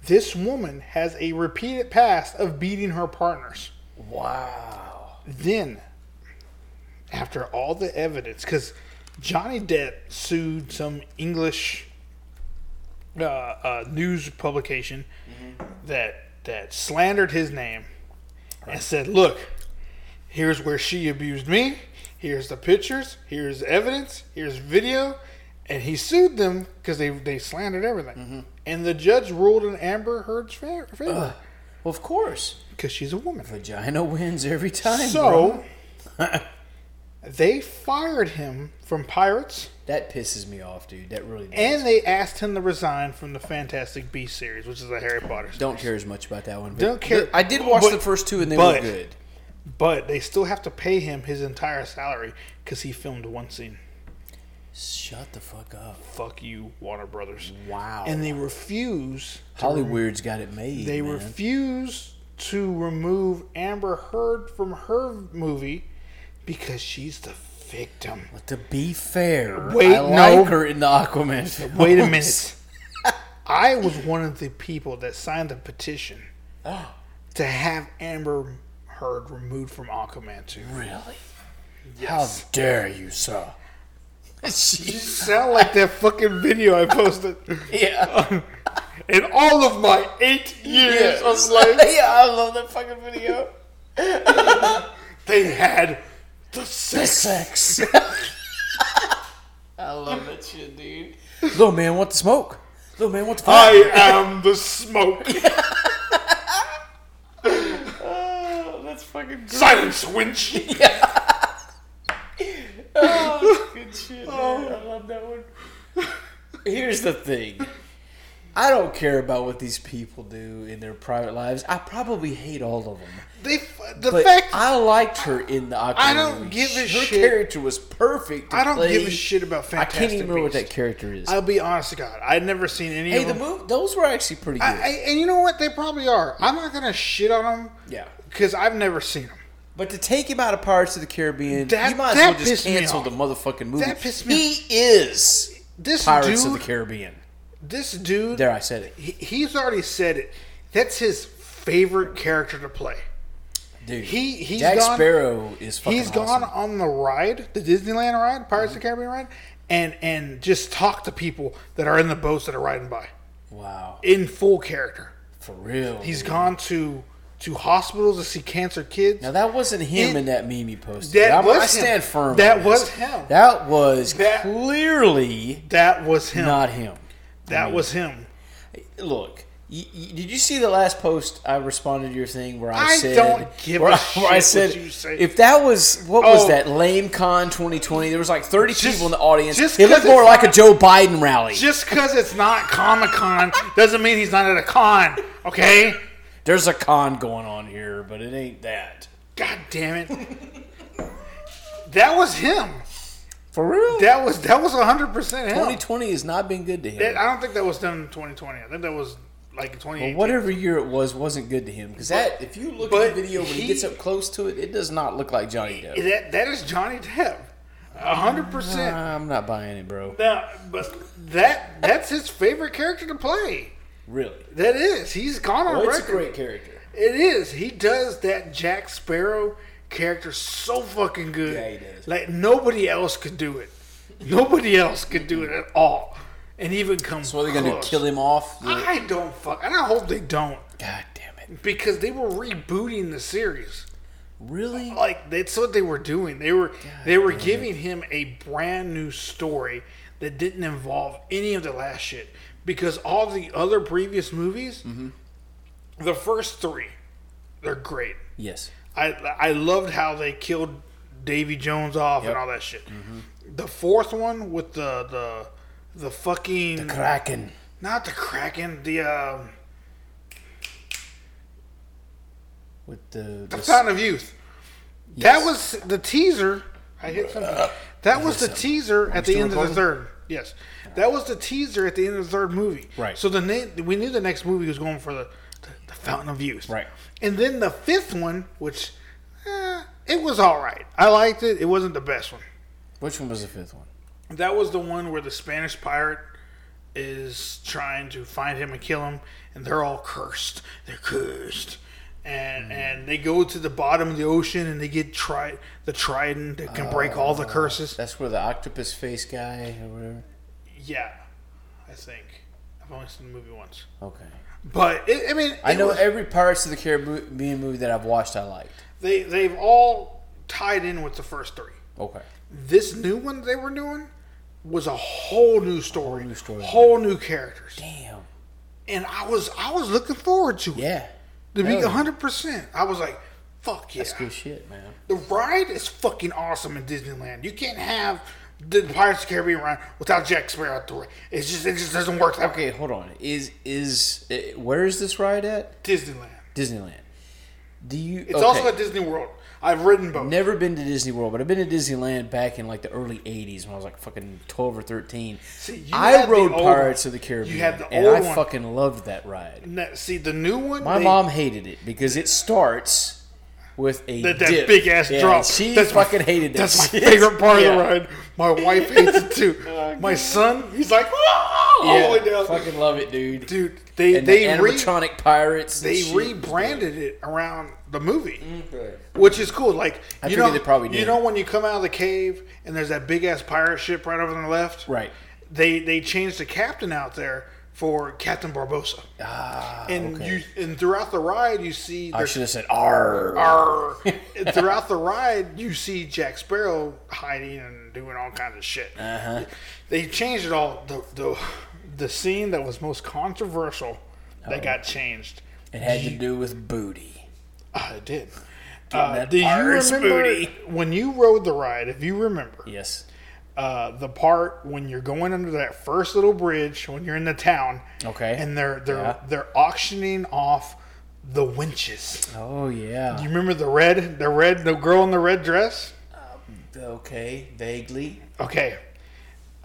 This woman has a repeated past of beating her partners.
Wow.
Then, after all the evidence, because Johnny Depp sued some English uh, uh, news publication that that slandered his name and said, "Look, here's where she abused me. Here's the pictures. Here's the evidence. Here's video." And he sued them because they they slandered everything. And the judge ruled in Amber Heard's fa- favor
Well, of course,
because she's a woman.
vagina wins every time. bro.
So they fired him from Pirates,
that pisses me off, dude. That really. Does.
and they asked him to resign from the Fantastic Beast series, which is the Harry Potter.
don't care as much about that one. but-
Don't care.
I did watch
But-
the first two, and they
but-
were good.
But they still have to pay him his entire salary because he filmed one scene.
Shut the fuck up.
Fuck you, Warner Brothers.
Wow.
And they refuse. to-
Hollywood's got it made.
they
man.
refuse to remove Amber Heard from her movie because she's the victim.
But to be fair,
Wait,
I like
no.
her in the Aquaman. films.
Wait a minute. I was one of the people that signed a petition to have Amber Heard removed from Aquaman 2.
Really?
Yes.
How dare you, sir? She-
Sound like that fucking video I posted
yeah.
in all of my eight years. I was like,
yeah, I love that fucking video.
they had the sex.
Sex. I love that shit, dude. Little man want the smoke. Little man want the fire.
I am the smoke.
Oh, that's fucking good.
Silence, winch.
Good shit,
Oh.
man. I love that one. Here's the thing. I don't care about what these people do in their private lives. I probably hate all of them.
They, the
But
fact
I liked her in the Aquaman.
I don't
movie.
give a
her
shit.
character was perfect. to
I don't
play.
give a shit about Fantastic
I can't even remember what
Beasts.
that character is.
I'll be honest to God, I'd never seen any
hey,
of
the
them.
move those were actually pretty good.
I, I, and you know what? They probably are. I'm not gonna shit on them.
Yeah.
Because I've never seen them.
but to take him out of Pirates of the Caribbean,
That-
you might as
that
well just
pissed me
cancel
off.
the motherfucking movie.
That pissed me
He is
This
Pirates
dude.
of the Caribbean.
This dude.
There, I said it,
he- he's already said it. That's his favorite character to play.
dude.
He he's
Jack
gone,
Sparrow is fucking.
He's
awesome. Mm-hmm.
gone on the ride, the Disneyland ride, Pirates of the Caribbean ride, and and just talk to people that are in the boats that are riding by
Wow,
in full character.
for real.
He's gone to to hospitals to see cancer kids.
Now that wasn't him
It-
in that meme he posted.
that
I'm-
was
I
him.
stand firm.
That
on
was
this.
him.
That was
That-
clearly
that was him.
not him.
that was him.
Look, y y did you see the last post I responded to your thing where I,
I
said?
don't give
where
a
I-
shit
where I
what
said
you say.
if that was what was
Oh.
that lame con 2020? There was like 30
Just-
people in the audience.
just
It looked
'cause
more
it's
like a
not-
Joe Biden rally.
Just because it's not Comic Con doesn't mean he's not at a con. Okay.
There's a con going on here, but it ain't that.
God damn it. that was him.
For real?
That was that was hundred percent him.
2020 has not been good to him.
That- I don't think that was done in 2020. I think that was like 2018.
Whatever year it was wasn't good to him because that if you look at
but
the video when he,
he-
gets up close to it, it does not look like Johnny Depp.
That that is Johnny Depp. hundred percent.
I'm not buying it, bro.
Now, but that that's his favorite character to play.
Really?
That is. He's gone on
Well, it's a
record.
great character.
It is. He does that Jack Sparrow character so fucking good.
Yeah, he does.
Like nobody else could do it. Nobody else could do it at all, and even come.
So are they gonna
close.
kill him off? The-
I don't fuck, and I hope they don't
God damn it!
because they were rebooting the series.
Really?
Like that's what they were doing. They were they were giving him a brand new story that didn't involve any of the last shit because all the other previous movies, the first three, they're great.
Yes.
I I loved how they killed Davy Jones off
Yep.
and all that shit. The fourth one with the the the fucking
Kraken.
not the Kraken the um
With the, the
the
s-
Fountain of Youth. That was the teaser. I hit something.
Uh,
That was the teaser at the
still
end of
recording?
the third. Yes, that was the teaser at the end of the third movie.
Right.
So the na- we knew the next movie was going for the the, the Fountain of Youth.
Right.
And then the fifth one, which eh, it was all right. I liked it. It wasn't the best one.
which one was the fifth one?
That was the one where the Spanish pirate is trying to find him and kill him, and they're all cursed. They're cursed, and
Hmm.
and they go to the bottom of the ocean and they get tri- the trident that can break all
Oh.
the curses.
That's where the octopus face guy or whatever.
Yeah, I think I've only seen the movie once,
Okay.
but it, I mean,
I
it
know
was-
every Pirates of the Caribbean movie that I've watched, I liked.
they they've all tied in with the first three.
Okay.
This new one they were doing was a whole new story, whole
new story.
new characters,
Damn.
and I was I was looking forward to it.
Yeah.
To be
Hell yeah.
100%. I was like, fuck yeah.
That's good shit, man.
The ride is fucking awesome in Disneyland. You can't have the Pirates of the Caribbean ride without Jack Sparrow at the ride. It's just, it just doesn't work that way.
Okay, hold on. Is is eh, where is this ride at?
Disneyland.
Disneyland. Do you?
It's also at Disney World. I've ridden both.
Never been to Disney World, but I've been to Disneyland back in like the early '80s when I was like fucking 12 or 13.
See, you
I
had the
rode
old
Pirates
one.
of the Caribbean,
You had the
and
old
I
one.
fucking loved that ride.
Ne- See, the new one.
My
they-
mom hated it because it starts with a
That, that
dip.
big ass
Yeah,
drop.
She
that's my-
fucking hated that.
That's my
shit.
favorite part
Yeah. Oh,
of the ride. My wife hates it too. my son, he's like, "Whoa!"
Yeah,
all the way down.
fucking love it, dude.
Dude, they
and
they
the
re-
animatronic pirates. and
they
shit.
rebranded it around the movie, which is cool. Like
I
you
figured
know,
they probably
you
did.
know when you come out of the cave and there's that big ass pirate ship right over on the left.
Right.
They they changed the captain out there for Captain Barbosa,
Ah,
and
okay.
you and throughout the ride you see
I
there's-
should have said R.
Arr. throughout the ride you see Jack Sparrow hiding and doing all kinds of shit.
Uh-huh.
They changed it all. The the the scene that was most controversial
Oh.
that got changed.
It had to do with booty.
I did. Uh,
that
do you
Pirates
remember
booty.
when you rode the ride? If you remember,
Yes.
uh, the part when you're going under that first little bridge when you're in the town,
Okay.
and they're they're
Yeah.
they're auctioning off the winches.
Oh yeah.
You remember the red, the red, the girl in the red dress?
Okay, vaguely.
Okay,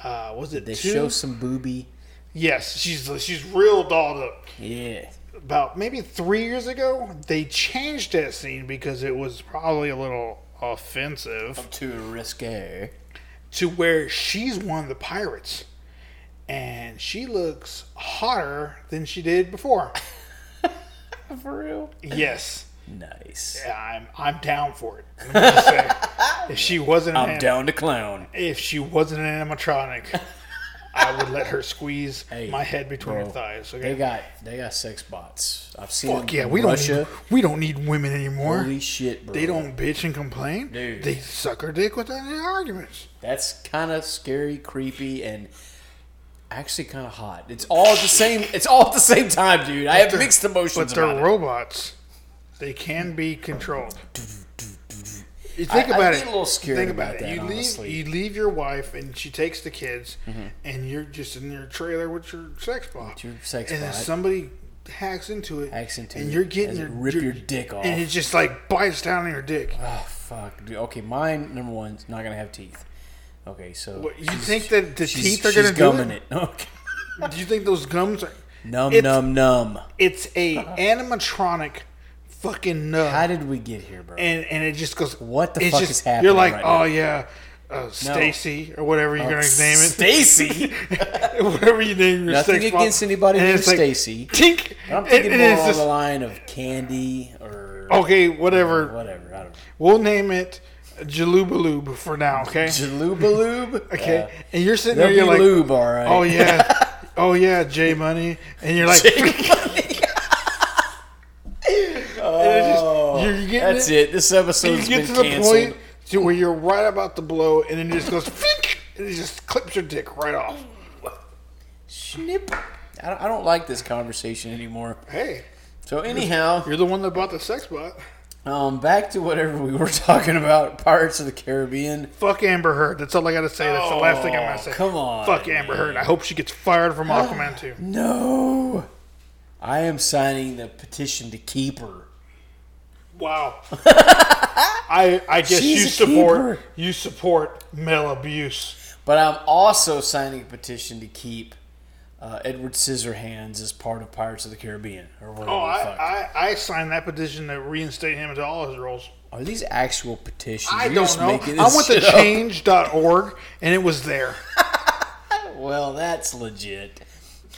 uh, was it
They
two?
show some booby.
yes, she's she's real dolled up.
Yeah.
about maybe three years ago, they changed that scene because it was probably a little offensive
Too risque.
to where she's one of the pirates and she looks hotter than she did before.
For real.
yes,
Nice.
I'm I'm down for it. I'm gonna say, if she wasn't an
I'm
anim-
down to clown.
if she wasn't an animatronic, I would let her squeeze
Hey,
my head between her
bro,
thighs. Okay?
They got they got sex bots. I've seen
Fuck
them
yeah,
in
we don't
Russia.
need, we don't need women anymore.
Holy shit, bro!
they don't bitch and complain.
Dude.
They suck her dick without any arguments.
That's kind of scary, creepy, and actually kind of hot. It's all at the same. It's all at the same time, dude. I have
they're-
mixed emotions
But they're
about it.
robots. They can be controlled. You
I-
think
I'd
about
be
it.
a little scared
think
about
about,
that,
it. You leave,
honestly. Mm-hmm.
you leave your wife, and she takes the kids, and you're just in your trailer with your sex bot.
your sex
and then
bot.
somebody hacks into it,
Hacks into
and
it,
you're getting
has it
your
rip your dick off.
and it just like bites down on your dick.
Oh fuck, dude. Okay, mine number one's not gonna have teeth. Okay, so
What, you
she's-
think that the
she's-
teeth are
she's
gonna do
gumming it? Okay.
Do you think those gums are?
Num
It's-
num num.
It's a animatronic fucking nub.
How did we get here, bro?
and and it just goes.
What the
it's
fuck
just,
is happening
You're like,
right
oh
now?" Oh,
yeah, uh, Stacy or whatever you're gonna name it,
Stacy.
whatever you name your
Nothing
sex bot.
against anybody
And
named
it's like,
Stacy.
Tink.
I'm
And-
thinking
and
more
it's oh,
along
just, Oh,
the line of candy or
okay, whatever.
whatever. I don't know.
We'll name it Jalubaloob for now. Okay.
Jaloobaloob.
Okay.
Uh,
and you're sitting there,
there'll be
you're like,
lube, all right.
oh yeah, oh yeah, J Money, and you're like. And it's just- you're getting
Oh, That's it. This
You
episode's
get
been
to the
canceled.
point to where you're right about to blow, and then it just goes, flink, and it just clips your dick right off.
Snip. I don't, I don't like this conversation anymore.
Hey,
So anyhow,
you're the one that bought the sex bot.
um, back to whatever we were talking about. Pirates of the Caribbean.
Fuck Amber Heard. That's all I gotta say. That's the last thing I'm gonna say.
Oh, come on,
Fuck Amber Heard. I hope she gets fired from Aquaman 2.
No, I am signing the petition to keep her.
Wow. I I guess
She's
you
a
support
keeper.
you support male abuse.
But I'm also signing a petition to keep uh, Edward Scissorhands as part of Pirates of the Caribbean or whatever.
Oh,
the fuck.
I, I I signed that petition to reinstate him into all his roles.
Are these actual petitions?
I
You're
don't
just
know.
making
I
this
went to
shit up.
change.org and it was there.
Well, that's legit.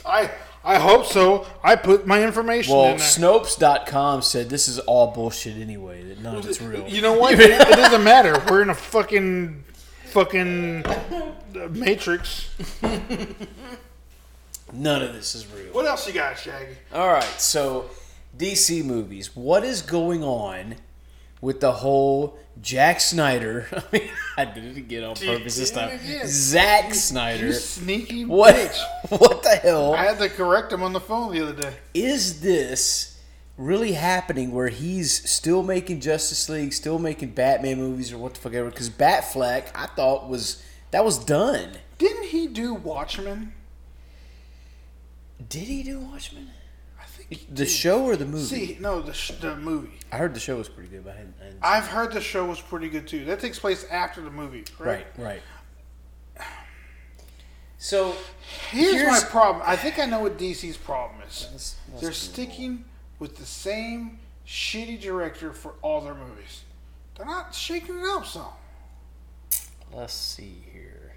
I I hope so. I put my information
Well,
in there.
Snopes.com said this is all bullshit anyway. That none of it's real.
You know what? it, it doesn't matter. We're in a fucking fucking uh, matrix.
None of this is real.
What else you got, Shaggy?
All right, so DC movies. What is going on with the whole Jack Snyder? I mean, I did it again on purpose this
did it
time.
again.
Zack Snyder.
You sneaky
What?
bitch.
What the hell?
I had to correct him on the phone the other day.
is this really happening where he's still making Justice League, still making Batman movies or what the fuck ever? Because Batfleck, I thought was that was done.
Didn't he do Watchmen?
Did he do Watchmen?
I think. he
The
did.
show or the movie?
See, no, the, sh- the movie.
I heard the show was pretty good, but I hadn't. I hadn't-
I've heard the show was pretty good too. That takes place after the movie, right?
right, right. So
Here's,
Here's-
my problem. I think I know what DC's problem is.
That's- that's
They're
doable.
sticking with the same shitty director for all their movies. They're not shaking it up some.
let's see here.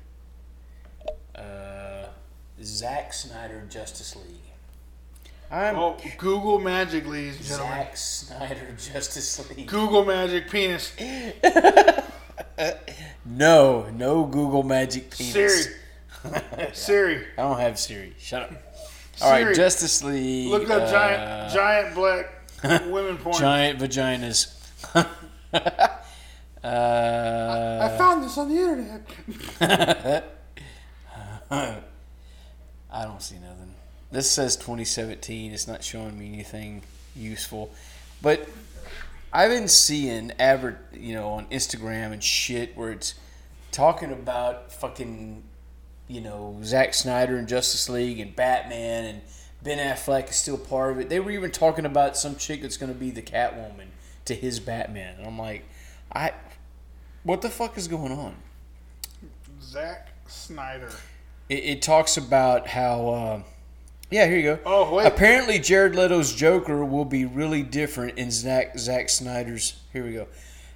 Uh, Zack Snyder, Justice League. I'm
Oh, Google magic, ladies and gentlemen.
Zack Snyder, Justice League.
Google magic penis.
No, no Google Magic Penis.
Siri. Siri,
I don't have Siri. Shut up. All right,
Siri.
Justice League.
look up
uh,
giant, giant black women porn.
giant vaginas. uh,
I found this on the internet.
I don't see nothing. This says 2017. It's not showing me anything useful, but I've been seeing advert, you know, on Instagram and shit where it's talking about fucking, you know, Zack Snyder and Justice League and Batman and Ben Affleck is still part of it. They were even talking about some chick that's going to be the Catwoman to his Batman, and I'm like, I, what the fuck is going on?
Zack Snyder.
it, it talks about how. Uh, yeah, here you go.
Oh, wait.
Apparently, Jared Leto's Joker will be really different in Zack Zack Snyder's. Here we go.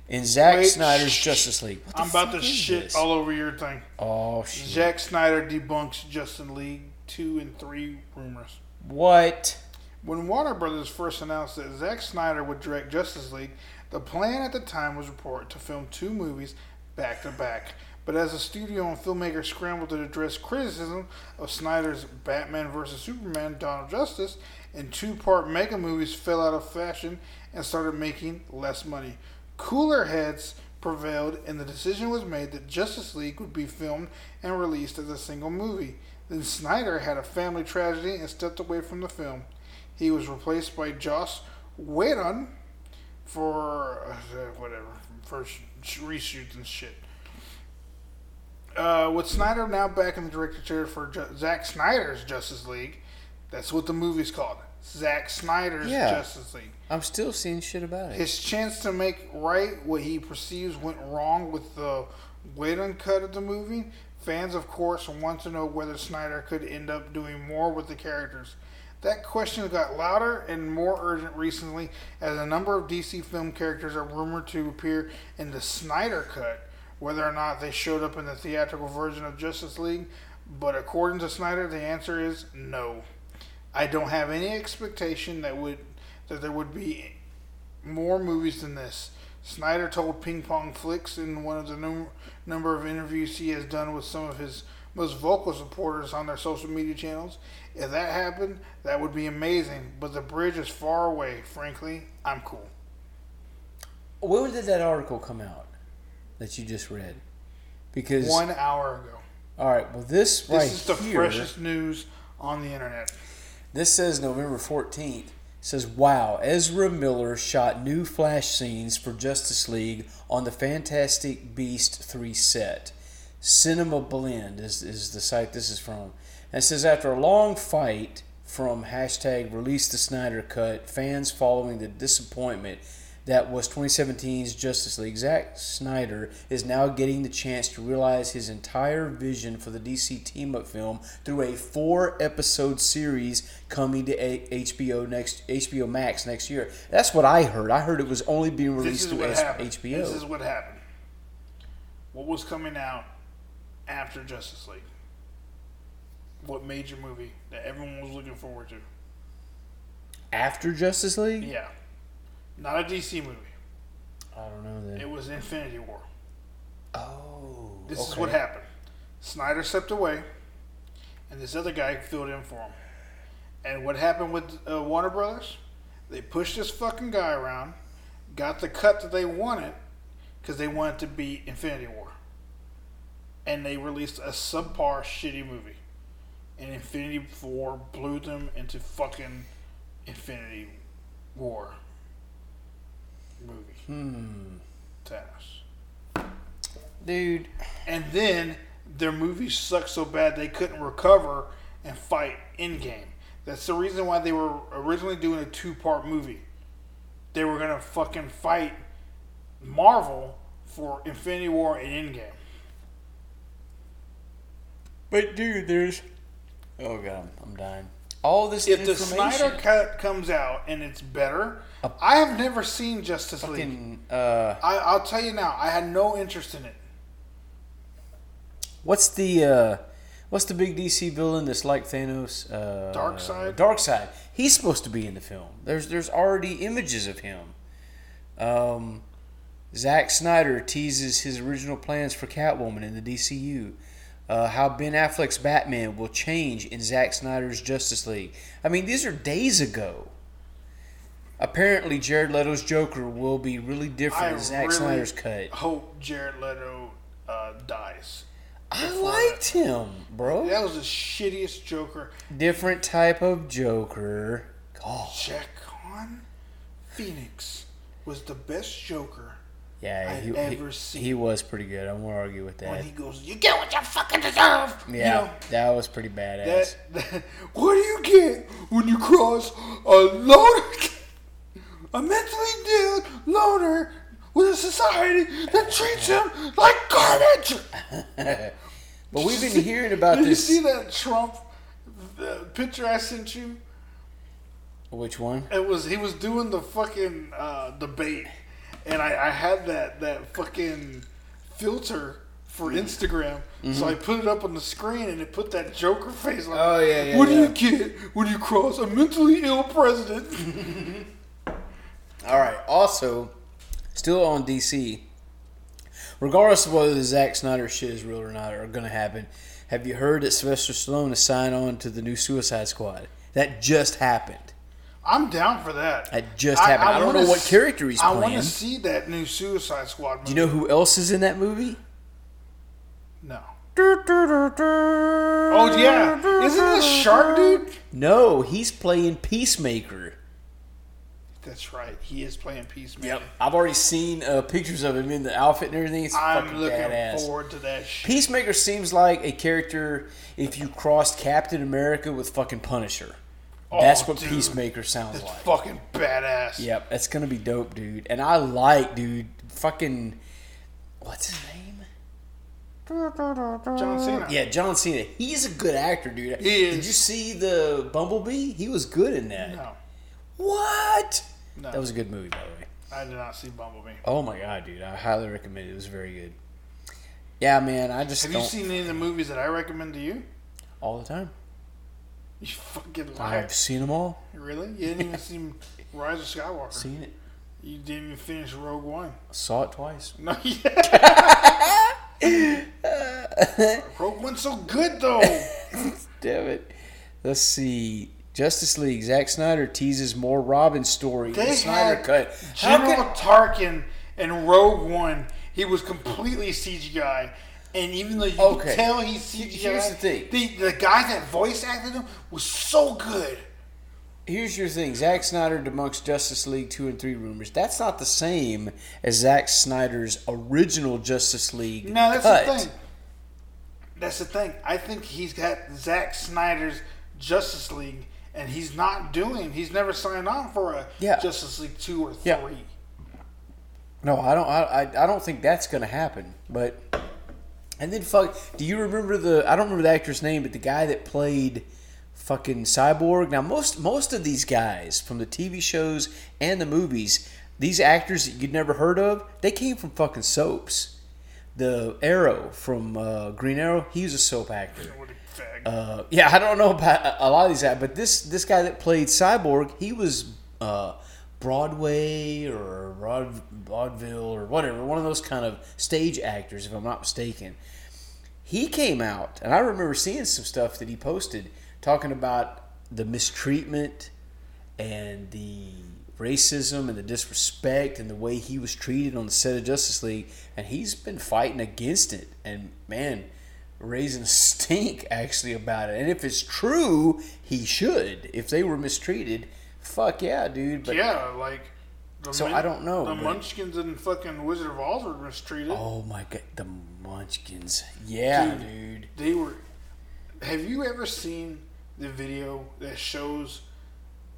In Zack
Wait,
Snyder's
shh.
Justice League. What the
I'm about to
fuck is
shit
this?
all over your thing.
Oh shit!
Zack Snyder debunks Justin League 2 and 3 rumors.
What?
When Warner Brothers first announced that Zack Snyder would direct Justice League, the plan at the time was reported to film two movies back to back. but as the studio and filmmaker scrambled to address criticism of Snyder's Batman vs. Superman Dawn of Justice, and two part mega movies fell out of fashion and started making less money. Cooler heads prevailed, and the decision was made that Justice League would be filmed and released as a single movie. Then Snyder had a family tragedy and stepped away from the film. He was replaced by Joss Whedon for uh, whatever for sh- sh- reshoots and shit. Uh, with Snyder now back in the director chair for Ju- Zack Snyder's Justice League, that's what the movie's called. Zack Snyder's
Yeah.
Justice League.
I'm still seeing shit about it.
His chance to make right what he perceives went wrong with the Whedon cut of the movie. Fans, of course, want to know whether Snyder could end up doing more with the characters. That question got louder and more urgent recently as a number of DC film characters are rumored to appear in the Snyder cut, whether or not they showed up in the theatrical version of Justice League. But according to Snyder, the answer is no. I don't have any expectation that would that there would be more movies than this. Snyder told Ping Pong Flicks in one of the num- number of interviews he has done with some of his most vocal supporters on their social media channels. If that happened, that would be amazing, but the bridge is far away. Frankly, I'm cool.
When did that article come out that you just read? Because
One hour ago.
all right, well this,
This
right
is the
here,
freshest news on the internet.
This says November 14th. Says, wow, Ezra Miller shot new Flash scenes for Justice League on the Fantastic Beast 3 set. Cinema Blend is, is the site this is from. And it says, after a long fight from hashtag release the Snyder Cut, fans following the disappointment that was 2017's Justice League, Zack Snyder is now getting the chance to realize his entire vision for the DC team up film through a four episode series coming to a- HBO next HBO Max next year. That's what I heard. I heard it was only being
This
released
is
to
what
S-
happened.
HBO.
This is what happened. What was coming out after Justice League? What major movie that everyone was looking forward to?
After Justice League?
Yeah. Not a DC movie.
I don't know then.
It was Infinity War.
oh.
This is
okay.
what happened. Snyder stepped away, and this other guy filled in for him. And what happened with uh, Warner Brothers? They pushed this fucking guy around, got the cut that they wanted, because they wanted to be Infinity War. And they released a subpar, shitty movie. And Infinity War blew them into fucking Infinity War movie. Hmm. Thanos.
Dude.
And then their movie sucked so bad they couldn't recover and fight Endgame. That's the reason why they were originally doing a two part movie. They were gonna fucking fight Marvel for Infinity War and Endgame.
But, dude, there's. Oh, God, I'm, I'm dying. All this
If the
information.
Snyder Cut comes out and it's better, I have never seen Justice League.
fucking, uh,
I, I'll tell you now, I had no interest in it.
What's the uh, what's the big DC villain that's like Thanos? Uh,
Darkseid?
Darkseid. He's supposed to be in the film. There's there's already images of him. Um, Zack Snyder teases his original plans for Catwoman in the DCU. Uh, how Ben Affleck's Batman will change in Zack Snyder's Justice League. I mean, these are days ago. Apparently, Jared Leto's Joker will be really different
I
in Zack
really
Snyder's cut.
hope Jared Leto uh, dies.
I liked him, bro.
That was the shittiest Joker
Different type of Joker. Oh,
Jack Con Phoenix was the best Joker
yeah,
I've
he,
ever
he,
seen.
he was pretty good. I won't argue with
when
that.
he goes, "You get what you fucking deserve." You
yeah,
know,
that was pretty badass.
that, that- what do you get when you cross a loner, a mentally ill loner with a society that treats him like garbage?
but we've been hearing about
Did you
this.
see that Trump uh picture I sent you?
Which one?
It was he was doing the fucking uh, debate, and I, I had that that fucking filter for
Mm-hmm.
Instagram, so I put it up on the screen and it put that Joker face. Like,
Oh, yeah, yeah,
What
yeah.
do you get when you cross a mentally ill president?
All right. Also, still on DC. Regardless of whether the Zack Snyder shit is real or not, or going to happen, have you heard that Sylvester Stallone is signed on to the new Suicide Squad? That just happened.
I'm down for that.
That just happened. I don't
wanna
know what
s-
character he's
I wanna
playing.
see that new Suicide Squad movie.
Do you know who else is in that movie?
No. Oh yeah, isn't this Shark Dude?
No, he's playing Peacemaker.
That's right. He is playing Peacemaker.
Yep. I've already seen uh, pictures of him in the outfit and everything. It's
I'm
fucking
looking
badass.
forward to that. Shit.
Peacemaker seems like a character if you crossed Captain America with fucking Punisher. that's what
Oh, dude.
Peacemaker sounds like.
Fucking badass.
Yep, that's gonna be dope, dude. And I like, dude, fucking what's his name?
John Cena.
Yeah, John Cena. He's a good actor, dude.
He is.
Did you see the Bumblebee? He was good in that.
No,
What?
No.
That was a good movie, by the way.
I did not see Bumblebee.
Oh my god, dude! I highly recommend it. It was very good. Yeah, man. I just
Have
don't
you seen any of the movies that I recommend to you?
all the time.
You fucking liar.
I've seen them all.
Really? You didn't even see Rise of Skywalker.
Seen it.
You didn't even finish Rogue One.
Saw it twice.
No, yeah. Rogue One's so good though.
Damn it. Let's see. Justice League. Zack Snyder teases more Robin story. in
They
the Snyder
had
cut. How
General Tarkin and Rogue One, he was completely CGI. And even though you
Okay.
could tell he's CGI,
He- here's the thing.
The, the guy that voice acted him was so good.
Here's your thing. Zack Snyder debunks Justice League 2 and 3 rumors. That's not the same as Zack Snyder's original Justice League
No, that's
cut.
the thing. That's the thing. I think he's got Zack Snyder's Justice League, and he's not doing. He's never signed on for a
Yeah.
Justice League two or three.
Yeah. No, I don't. I, I, I don't think that's gonna happen. But and then fuck. Do you remember the? I don't remember the actor's name, but the guy that played fucking cyborg. Now most most of these guys from the TV shows and the movies, these actors that you'd never heard of, they came from fucking soaps. The Arrow from uh, Green Arrow, he was a soap actor.
What a fag.
Uh, yeah, I don't know about a- a lot of these guys, but this this guy that played Cyborg, he was uh, Broadway or Broad, Vaudeville or whatever, one of those kind of stage actors, if I'm not mistaken. He came out, and I remember seeing some stuff that he posted talking about the mistreatment and the racism and the disrespect and the way he was treated on the set of Justice League, and he's been fighting against it and man, raising a stink actually about it. And if it's true, he should. If they were mistreated, fuck yeah, dude. But
yeah, like. The
So I don't know,
The
but-
Munchkins and fucking Wizard of Oz were mistreated.
oh my god, the Munchkins, yeah, dude.
They were. Have you ever seen the video that shows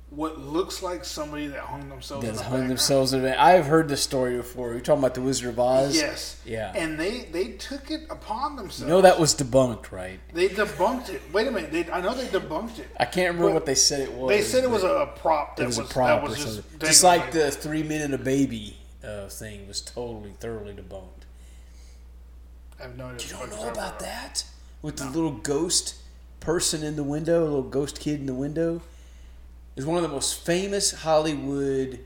what looks like somebody that hung themselves? in
That's
the
hung
background?
themselves in it. I've heard this story before. You're talking about the Wizard of Oz.
Yes.
Yeah.
And they they took it upon themselves.
You know that was debunked, right?
They debunked it. Wait a minute. They, I know they debunked it.
I can't remember what they said it was.
They said it was
but-
a, a prop. That
it was, a
that
prop
was
or
just
something.
dangling
Just like
there.
the three men and a baby uh, thing was totally thoroughly debunked.
I have no idea.
You
what
don't
the fuck
know
you're
about that with the little ghost person in the window, a little ghost kid in the window. Is one of the most famous Hollywood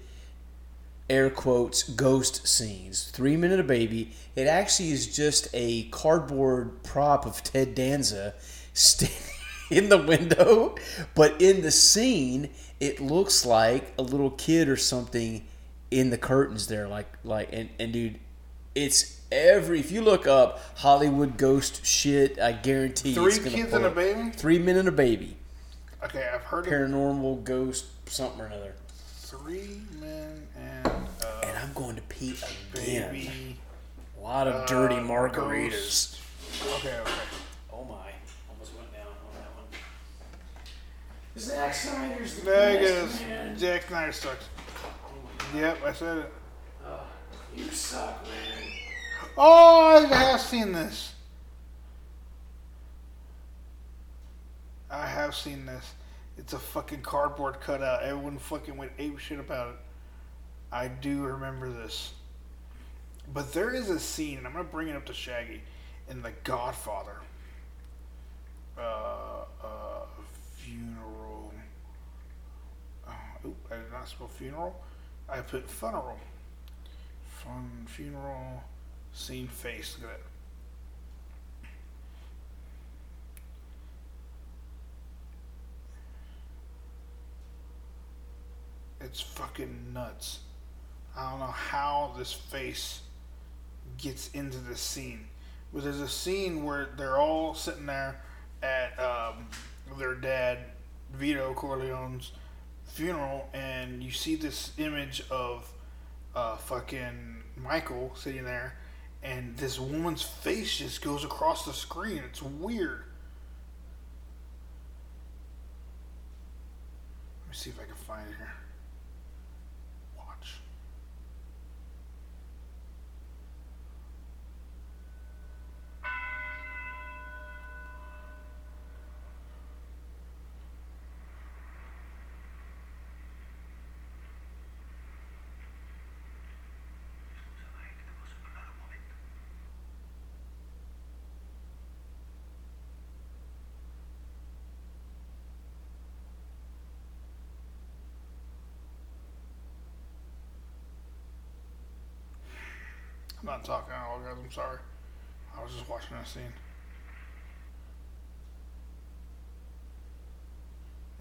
air quotes ghost scenes. Three men and a baby. It actually is just a cardboard prop of Ted Danza standing in the window, but in the scene, it looks like a little kid or something in the curtains there. Like like and and dude, it's every if you look up Hollywood ghost shit, I guarantee
Three
it's gonna
kids
pull
and a
up.
baby?
Three men and a baby.
Okay, I've heard of
Paranormal ghost something or another.
three men and a
And I'm going to pee again.
baby.
A lot of dirty margaritas.
ghost. Okay, okay.
Oh my! Almost went down on that one. Zack Snyder's the
There it goes.
best, man.
Jack Snyder sucks. Yep, I said it.
You suck, man.
Oh, I have seen this. I have seen this. It's a fucking cardboard cutout. Everyone fucking went ape shit about it. I do remember this. But there is a scene, and I'm gonna bring it up to Shaggy in The Godfather. Uh, uh, funeral. Oh, oop, I did not spell funeral. I put funeral. Fun funeral. Scene face. Look at that. It's fucking nuts. I don't know how this face gets into this scene. But there's a scene where they're all sitting there at um, their dad, Vito Corleone's funeral, and you see this image of uh, fucking Michael sitting there, and this woman's face just goes across the screen. It's weird. Let me see if I can find it here. Watch. I'm not talking at all, guys. I'm sorry. I was just watching that scene.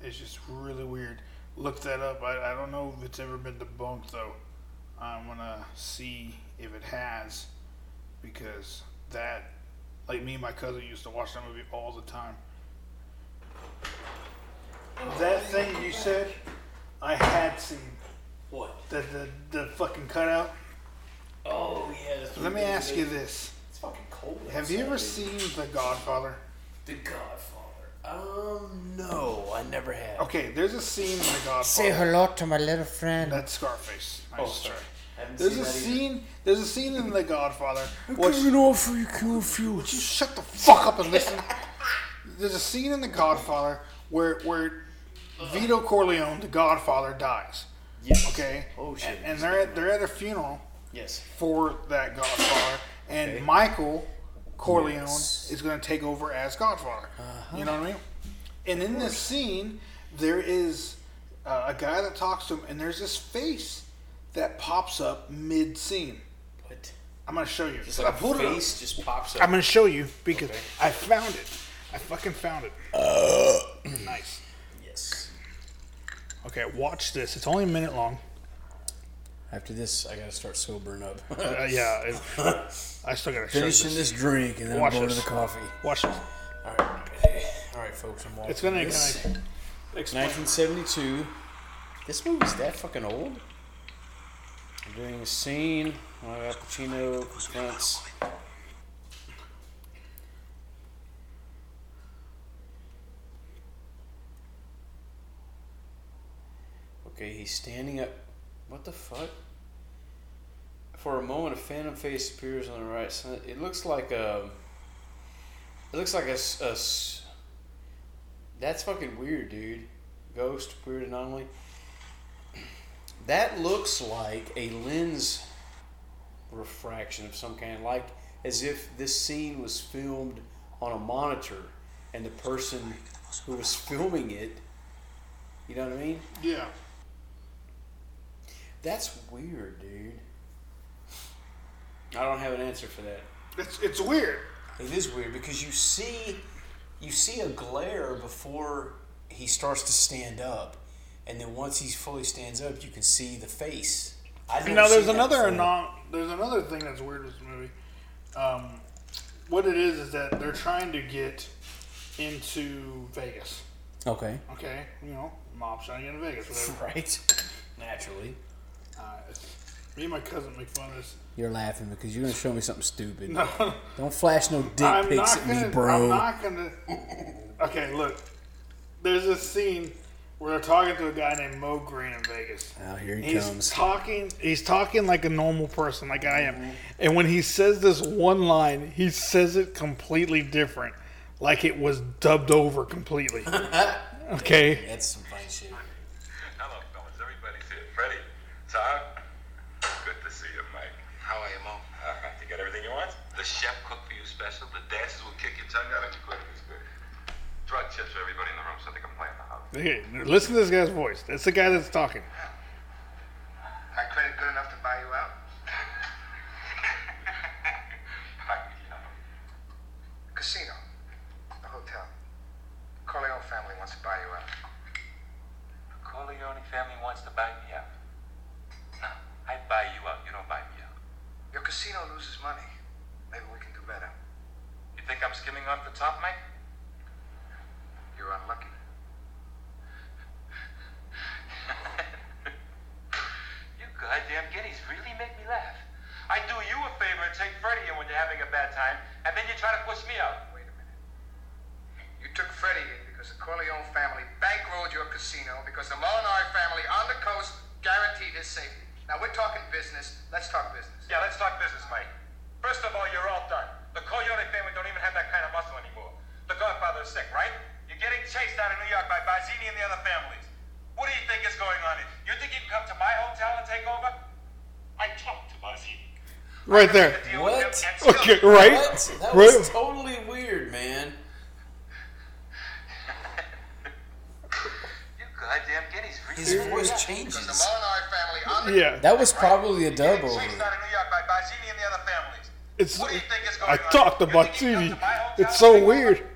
It's just really weird. Look that up. I, I don't know if it's ever been debunked, though. I'm going to see if it has. Because that, like me and my cousin used to watch that movie all the time. That thing you said, I had seen.
What?
The, the, the fucking cutout.
Oh yeah. that's
Let
what
me
it
ask you
is.
this.
It's fucking cold.
Have you ever
outside,
seen The Godfather?
dude. The Godfather? Um, no, I never have.
Okay, there's a scene in The Godfather.
hello to my little friend.
That's Scarface. I
Oh,
just
sorry.
tried.
Haven't
There's
seen
a
that either.
scene. There's a scene in The Godfather. Which,
Coming off for you, confused.
you shut the fuck up and listen. there's a scene in The Godfather where where Vito Corleone, the Godfather, dies.
Yes.
Okay.
Oh shit.
And, and they're at, they're at a funeral
yes.
for that Godfather, and
Okay.
Michael Corleone
Yes. Uh-huh.
is going to take over as Godfather. You know what I mean? And in this scene, there is uh, a guy that talks to him, and there's this face that pops up mid scene.
What?
I'm going to show you.
It's
I
like
pulled it up.
face just pops up.
I'm going to show you because
Okay.
I found it. I fucking found it.
Uh.
nice.
yes.
Okay, watch this. It's only a minute long.
After this, I gotta start sobering up.
Uh, yeah, it- I still got to show
Finishing
this.
this drink and then
Watch
I'm going
this.
to the coffee.
Watch this.
All right, all right, folks. I'm watching.
It's going to
this.
kind of explain.
1972. This movie's that fucking old? During a scene, uh, Al Pacino confronts. Okay, he's standing up. What the fuck? For a moment, a phantom face appears on the right side. It looks like um, a. It looks like a s- a s- that's fucking weird, dude. Ghost, weird anomaly. That looks like a lens refraction of some kind, like as if this scene was filmed on a monitor and the person who was filming it, you know what I mean?
Yeah.
That's weird, dude. I don't have an answer for that.
It's, it's weird.
It is weird because you see you see a glare before he starts to stand up, and then once he fully stands up, you can see the face. I
Now there's another anon- there's another thing that's weird with this movie. Um, what it is is that they're trying to get into Vegas.
Okay.
Okay, you know, mob's trying to get into Vegas. Whatever.
Right. Naturally.
Uh, it's- me and my cousin make fun of this.
You're laughing because you're gonna show me something stupid.
No,
Don't flash no dick
I'm
pics
not
at
gonna.
me, bro.
I'm not gonna. Okay, look. There's this scene where they're talking to a guy named Mo Green in Vegas.
Oh, here he
He's
comes.
talking. He's talking like a normal person, like I am. And when he says this one line, he says it completely different, like it was dubbed over completely. okay.
That's some funny shit.
Hello, fellas. Everybody's here. Freddie, Todd, good to see you, Mike. How are you, Mo? All right. You got everything you want? The chef cooked for you special. The dancers will kick your tongue out if you quit it. It's good. Drug chips for everybody in the room so they can play in the house.
Okay. Listen to this guy's voice. That's the guy that's talking.
My credit good enough to buy you out? wants to buy me out. No, I buy you out. You don't buy me out.
Your casino loses money. Maybe we can do better.
You think I'm skimming off the top, Mike?
You're unlucky.
You goddamn guineas really make me laugh. I do you a favor and take Freddie in when you're having a bad time, and then you try to push me out.
Wait a minute. You took Freddie in because the Corleone family bankrolled your casino because the Molinari family on the coast guaranteed his safety. Now we're talking business. Let's talk business.
Yeah, let's talk business, Mike. First of all, you're all done. The Coyote family don't even have that kind of muscle anymore. The Godfather is sick, right? You're getting chased out of New York by Barzini and the other families. What do you think is going on? You think you can come to my hotel and take over? I talked to Barzini.
Right there.
What?
Okay, right?
What? That
right?
was totally weird, man.
You goddamn guineas really
His
make me
voice
laugh.
Because the
changes.
Molinari family on the
yeah.
That was probably a dub
Getting chased
over.
out of New York by Barzini and the other families.
It's.
What do you think is going
I
on?
talked
You
about
think you come
TV.
to my hometown
It's
to
so
take
weird.
over?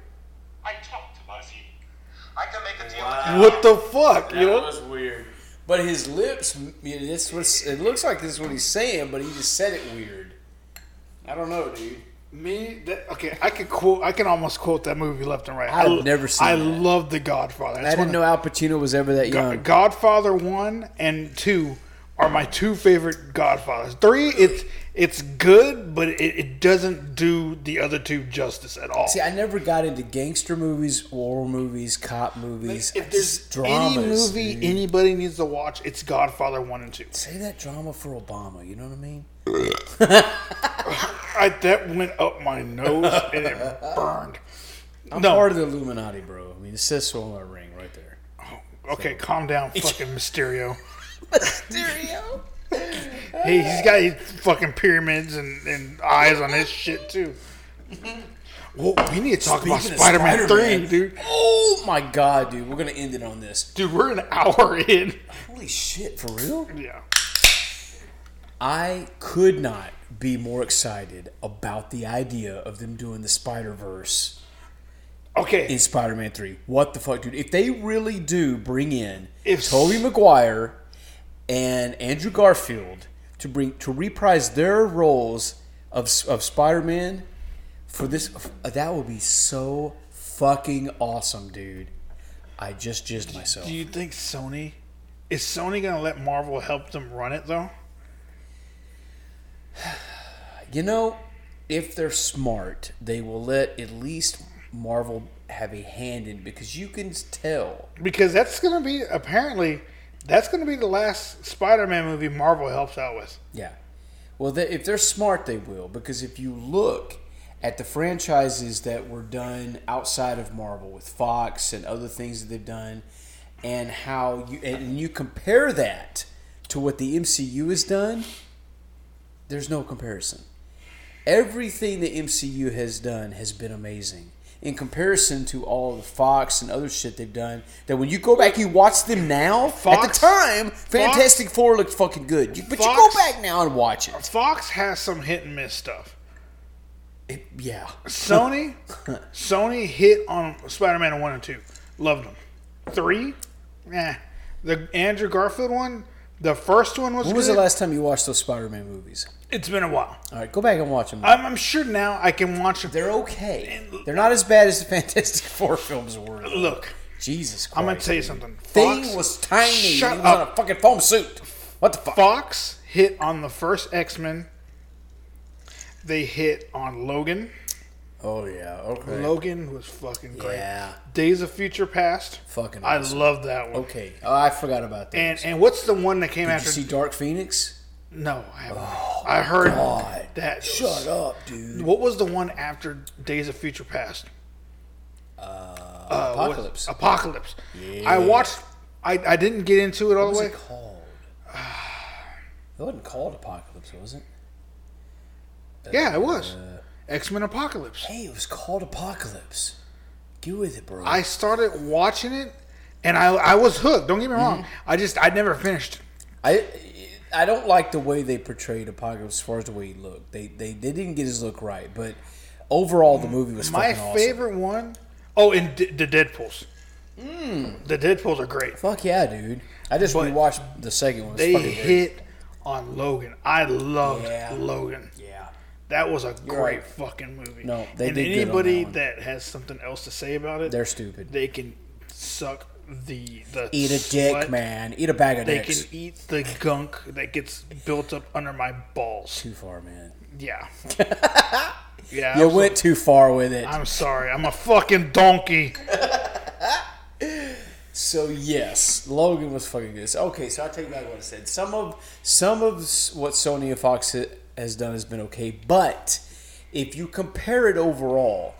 I talked to Barzini. I can make a deal with him.
What the fuck? You
That
know?
was weird. But his lips, you know, this was. It looks like this is what he's saying, but he just said it weird. I don't know, dude.
Me, that, okay, I could quote, I can almost quote that movie left and right. I-
I've never seen
I
that.
love The Godfather.
I
That's
didn't
one
know Al Pacino was ever that
Go-
young.
Godfather one and two are my two favorite Godfathers. Three, it's it's good, but it, it doesn't do the other two justice at all.
See, I never got into gangster movies, war movies, cop movies.
if there's
Just dramas,
any movie
dude.
anybody needs to watch, it's Godfather one and two.
say that drama for Obama. You know what I mean?
I, that went up my nose and it burned.
I'm
No.
part of the Illuminati, bro. I mean, it says so on my ring right there.
Okay, calm down, fucking Mysterio.
Mysterio.
He, he's got his fucking pyramids and, and eyes on his shit too. Well, we need to talk
Speaking
about
of
Spider-Man,
Spider-Man,
3, dude.
Oh my god, dude, we're gonna end it on this.
Dude, we're an hour in.
Holy shit, for real?
Yeah.
I could not be more excited about the idea of them doing the Spider Verse
Okay.
in Spider-Man Three. What the fuck, dude? If they really do bring in
If-
Tobey Maguire and Andrew Garfield to bring to reprise their roles of of Spider-Man for this, that would be so fucking awesome, dude. I just jizzed myself.
Do you think Sony is Sony gonna let Marvel help them run it though?
You know, if they're smart, they will let at least Marvel have a hand in because you can tell.
Because that's gonna be apparently that's gonna be the last Spider-Man movie Marvel helps out with.
Yeah. Well, they, if they're smart, they will because if you look at the franchises that were done outside of Marvel with Fox and other things that they've done, and how you and you compare that to what the MCU has done, there's no comparison. Everything the MCU has done has been amazing. In comparison to all the Fox and other shit they've done, that when you go back, you watch them now. at
Fox-
the time, Fantastic Four looked fucking good. You, but you go
Fox-
back now and watch it.
Fox has some hit and miss stuff.
It- yeah.
Sony Sony hit on Spider-Man one and two. Loved them. Three? Nah. The Andrew Garfield one, the first one was,
When was
good.
the last time you watched those Spider-Man movies?
it's been a while.
All right, go back and watch them.
I'm, I'm sure now I can watch them.
They're okay. They're not as bad as the Fantastic Four films were. though.
Look,
Jesus Christ.
I'm gonna tell you something.
Thing
Fox-
was tiny.
Shut
and he was
up.
on a fucking foam suit. What the fuck?
Fox hit on the first X Men. They hit on Logan.
Oh yeah. Okay.
Logan was fucking great.
Yeah.
Days of Future Past.
Fucking
I
awesome.
love that one.
Okay. Oh, I forgot about that.
And and what's the one that came
Did you
after?
see Dark Phoenix?
no, I haven't. I heard
Oh, God.
that.
Shut up, dude.
What was the one after Days of Future Past? Uh, what-
Apocalypse.
Apocalypse. I watched. I, I didn't get into it all
What
the
was
way.
it called? It wasn't called Apocalypse, was it?
Yeah, it was.
Uh,
X Men Apocalypse.
Hey, it was called Apocalypse. Get with it, bro.
I started watching it, and I I was hooked. Don't get me wrong.
Mm-hmm.
I just I never finished.
I I don't like the way they portrayed Apocalypse as far as the way he looked. They they, they didn't get his look right, but overall the movie was
My
fucking awesome.
favorite one, oh, and D- the Deadpool's.
Mm.
The Deadpools are great.
Fuck yeah, dude. I just
But
rewatched the second one. It's
They
fucking great.
hit on Logan. I loved
Yeah.
Logan.
Yeah.
That was a
You're
great
right.
fucking movie.
No, they
and
did good on
anybody
that one.
that, has something else to say about it,
They're stupid.
they can suck the the
Eat a dick,
sweat.
man. Eat a bag of
They
dicks.
can eat the gunk that gets built up under my balls.
Too far, man.
Yeah. yeah.
You
I'm so-
went too far with it.
I'm sorry. I'm a fucking donkey.
So yes, Logan was fucking good. So, okay, so I take back what I said. Some of some of s- what Sony and Fox ha- has done has been okay, but if you compare it overall,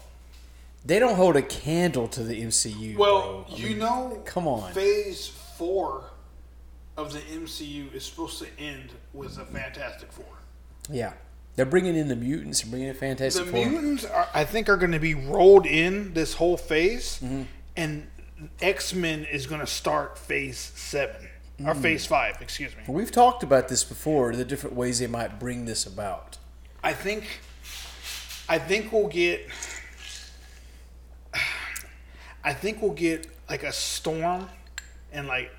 they don't hold a candle to the MCU.
Well,
bro. I
you
mean,
know,
come on.
Phase four of the MCU is supposed to end with a Fantastic Four.
yeah, they're bringing in the mutants, they're bringing in
The
Fantastic Four.
mutants, are, I think, are going to be rolled in this whole phase,
Mm-hmm.
and X Men is going to start Phase seven
Mm.
or Phase five. Excuse me.
We've talked about this before. The different ways they might bring this about.
I think, I think we'll get, I think we'll get like a storm, and like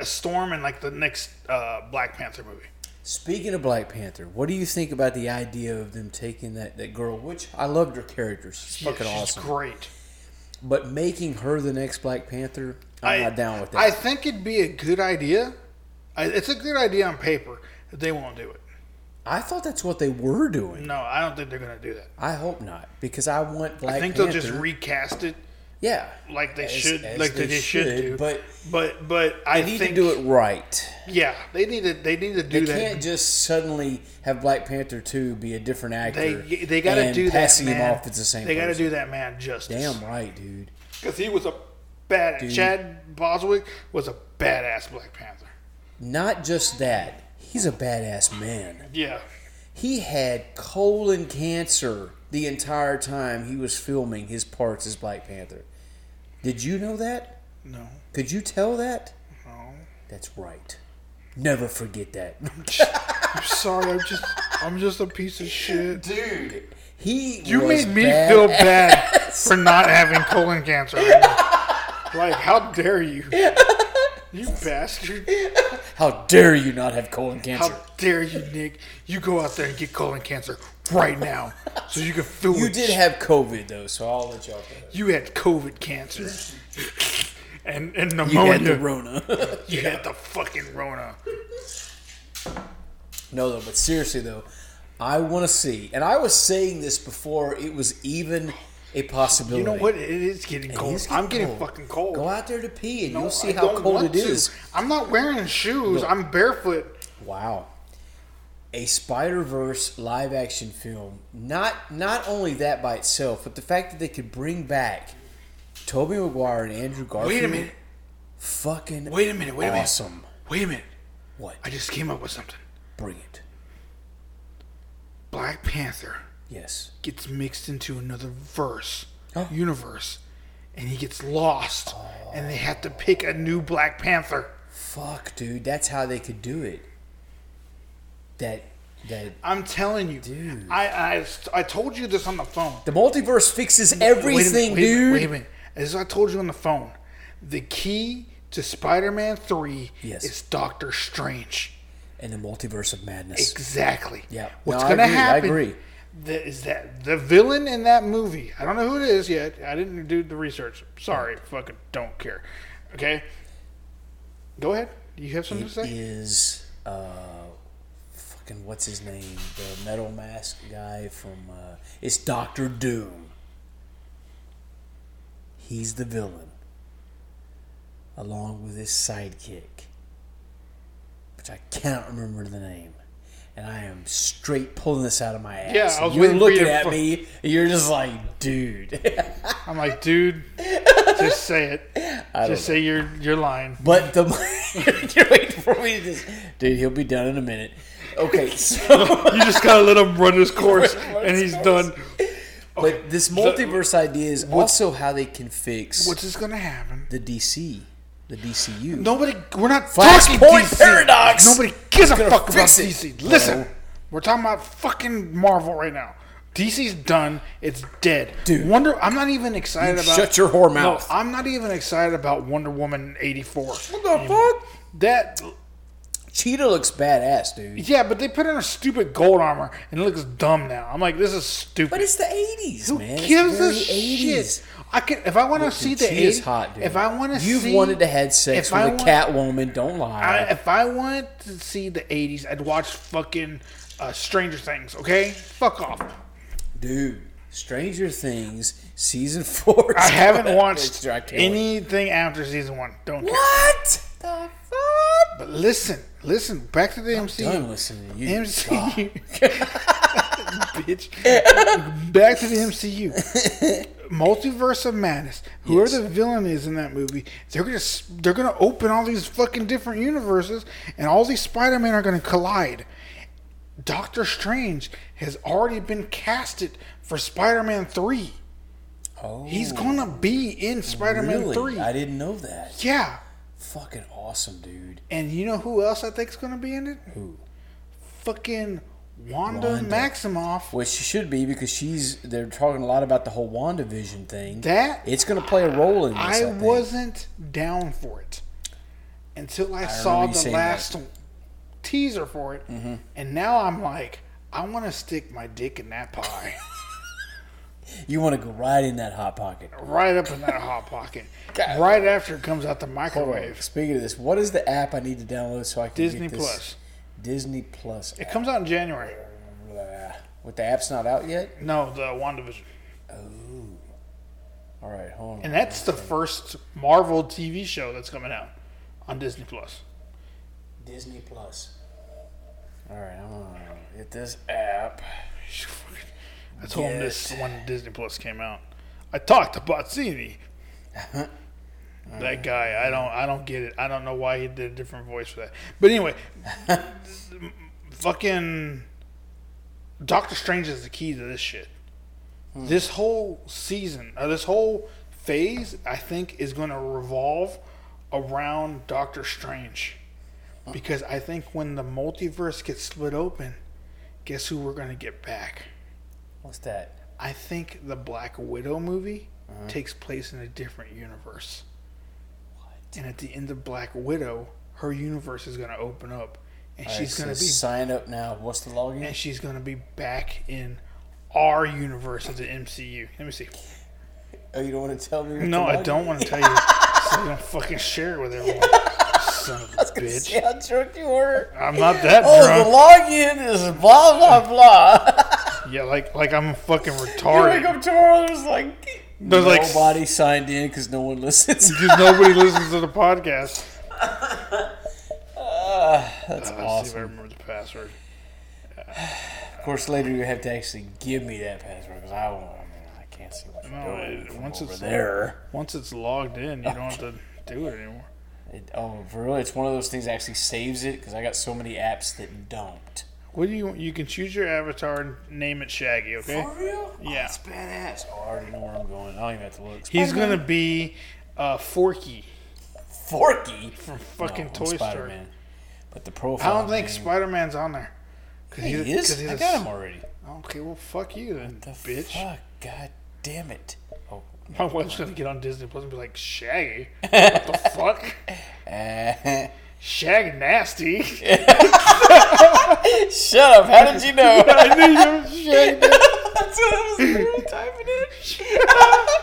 a storm, and like the next uh, Black Panther movie.
Speaking of Black Panther, what do you think about the idea of them taking that, that girl? Which I loved her character. She's
Yeah,
fucking
she's
awesome.
great.
But making her the next Black Panther, I'm not down with that.
I think it'd be a good idea. I, it's a good idea on paper. but They won't do it.
I thought that's what they were doing.
No, I don't think they're going to do that.
I hope not, because I want Black
I think
Panther.
they'll just recast it
yeah,
like they
As-
should,
as
like they,
they
should,
should,
do.
but-
but but I
they need
think
to do it right.
Yeah, they need to they need to
They
do that.
can't just suddenly have Black Panther two be a different actor.
they they got to
and
do that.
passing
man.
him off as the same.
They got to
person.
do that man justice.
Damn right, dude.
because he was a bad.
Dude.
Chad Boswick was a badass Black Panther.
Not just that. He's a badass man.
Yeah,
He had colon cancer the entire time he was filming his parts as Black Panther. Did you know that?
no,
Could you tell that?
no.
That's right. Never forget that.
I'm sorry. I'm just I'm just a piece of shit.
Dude. He
You
was
made me
bad.
feel bad for not having colon cancer. like, how dare you? You bastard.
How dare you not have colon cancer?
How dare you, Nick? You go out there and get colon cancer right now so you can feel
you
it.
did have COVID though, so I'll let y'all go.
You had COVID cancer. And, and
You
pneumonia.
had the Rona.
you had the fucking Rona.
no though, but seriously though, I wanna see and I was saying this before it was even a possibility.
You know what? It is getting
It
cold.
is
I'm getting
cold.
fucking cold.
Go out there to pee and
No,
you'll see
I
how
don't
cold
want
it is.
to. I'm not wearing shoes. I'm barefoot.
Wow. A Spider Verse live action film. Not not only that by itself, but the fact that they could bring back Toby Maguire and Andrew Garfield.
Wait a minute.
Fucking
Wait a minute. Wait a minute.
awesome.
Wait a minute.
What?
I just came up with something.
Bring it.
Black Panther
Yes.
gets mixed into another verse,
Oh.
universe, and he gets lost, and they have to pick a new Black Panther.
Fuck, dude. That's how they could do it. That that
I'm telling you,
Dude.
I, I I told you this on the phone.
the multiverse fixes
wait
everything,
a minute,
dude.
Wait a minute. As I told you on the phone, the key to Spider-Man Three
Yes.
is Doctor Strange.
And the multiverse of madness.
Exactly.
Yeah.
What's
No, I
going to
agree. I
happen?
agree.
The, is that the villain in that movie? I don't know who it is yet. I didn't do the research. Sorry, fucking don't care. Okay. Go ahead. You have something to
It
say?
is uh, fucking what's his name? The metal mask guy from uh, it's Doctor Doom. He's the villain, along with his sidekick, which I cannot remember the name. And I am straight pulling this out of my ass.
Yeah, I
And
was waiting
you're
for you
looking
to
at
fu-
me. And you're just like, dude.
I'm like, dude, just say it. Just say you're you're lying.
But the you're waiting for me to just, dude. He'll be done in a minute. Okay, so
You just gotta let him run his course, and he's done.
But this multiverse idea is also how they can fix
What's just gonna happen?
the DC, the DCU.
Nobody, we're not
Flashpoint
talking DC.
paradox.
Nobody gives a
Gonna
fuck about
fix it,
DC.
bro.
Listen, we're talking about fucking Marvel right now. DC's done. It's dead.
Dude.
Wonder. I'm not even excited
You
about.
shut your whore mouth.
No, I'm not even excited about Wonder Woman '84. What
the fuck?
That
Cheetah looks badass, dude.
yeah, but they put on a stupid gold armor and it looks dumb now. I'm like, this is stupid.
But it's the '80s,
Who
man.
gives
it's
a
very
shit? I could if I want to see the
Cheetah's
80s
hot, dude.
If I want to see,
You've wanted to have sex
if
with
I
a
want-
Catwoman. Don't
I,
lie.
if I want to see the '80s, I'd watch fucking uh, Stranger Things. Okay, fuck off.
dude, Stranger Things season four.
I
is
haven't
coming out next
watched
year. I can't wait.
anything after season one. Don't care.
What the fuck?
But listen, listen. Back to the MCU.
Done listening to you.
MCU. Bitch. Back to the MCU. Multiverse of Madness. Whoever the villain is in that movie, they're gonna s- they're gonna open all these fucking different universes, and all these Spider Men are gonna collide. Doctor Strange has already been casted for Spider Man Three.
Oh,
He's gonna be in Spider Man
really?
Three.
I didn't know that.
yeah.
Fucking awesome, dude.
And you know who else I think's gonna be in it? Who? Fucking Wanda,
Wanda.
Maximoff.
Which she should be because she's. They're talking a lot about the whole WandaVision thing.
That-
it's going to play a role in this. I,
I
think.
wasn't down for it until I,
remember
saw
you
the
saying
last
Mm-hmm.
teaser for it, and now I'm like, I want to stick my dick in that pie,
You want to go right in that hot pocket.
right up in that hot pocket,
God.
right after it comes out the microwave.
Speaking of this, what is the app I need to download so I can
Disney
get this?
Plus.
Disney Plus.
It comes out in January.
Blah. What the app's not out yet?
No, the WandaVision.
All right, hold on.
And that's the first Marvel TV show that's coming out on Disney Plus.
Disney Plus. All right, I'm gonna get this app.
I told him this when Disney Plus came out. I talked to Bozzini. that guy, I don't, I don't get it. I don't know why he did a different voice for that. But anyway, fucking Doctor Strange is the key to this shit. This whole season, or this whole phase, I think is going to revolve around Doctor Strange, because I think when the multiverse gets split open, guess who we're going to get back.
What's that?
I think the Black Widow movie
Uh-huh.
takes place in a different universe. And at the end of Black Widow, her universe is going to open up, and
All right,
she's
so
going to be
sign up now. What's the login?
and she's going to be back in our universe of the MCU. Let me see.
Oh, you don't want to tell me? what
No,
the
I
login-
don't want to tell you. so you don't fucking share it with everyone. Son of a
See
bitch.
how drunk you were?
I'm not that
Oh,
drunk.
the login is blah blah blah.
yeah, like like I'm a fucking
you wake
retarded.
up tomorrow, it's like
There's like s-
nobody signed in because no one listens.
because nobody listens to the podcast.
Ah,
Ah,
That's
Let's see if I
awesome.
remember the password.
Of course, later you have to actually give me that password because I won't. I, mean, I can't see what you're
No,
doing
it-
from
once
over
it's- uh,
there.
Once it's logged in, you don't have to do it anymore.
It, oh, for real? It's one of those things that actually saves it because I got so many apps that don't.
What do you? You can choose your avatar and name it Shaggy. Okay.
real? Oh,
Yeah.
That's badass. Oh, I already know where I'm going. I don't even have to look.
He's gonna be uh, Forky
Forky
from fucking
I'm
Toy Story.
Spider-Man. But the profile.
I don't think
name-
Spider Man's on there. 'Cause
He
he's a-
is.
'cause he's
I
a
got
s-
him already.
Okay, well, fuck you then,
The
bitch.
Fuck. God damn it. Oh.
My wife's gonna get on Disney Plus and be like, Shaggy, what the fuck?
Eh.
Shaggy nasty.
Shut up. How did you know?
I knew you were Shaggy. nasty.
That's what I was literally typing in.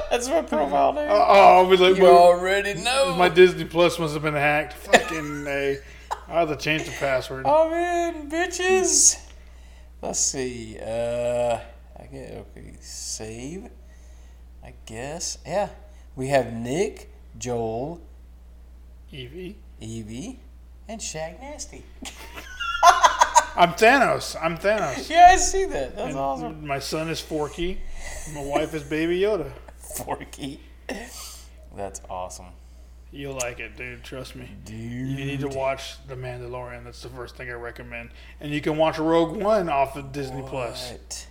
That's my profile name.
Oh, I'll be like,
you
my,
already know.
my Disney Plus must have been hacked. Fucking, uh, I have to change the password.
I'm in, bitches. Let's see. Uh, I get okay. Save. I guess. Yeah. We have Nick, Joel,
Evie.
Evie, and Shag Nasty.
I'm Thanos. I'm Thanos.
Yeah, I see that. That's awesome.
My son is Forky. My wife is Baby Yoda.
Forky. That's awesome,
You'll like it, dude. Trust me. You
dude.
need to watch The Mandalorian. That's the first thing I recommend. And you can watch Rogue One off of Disney Plus.
What?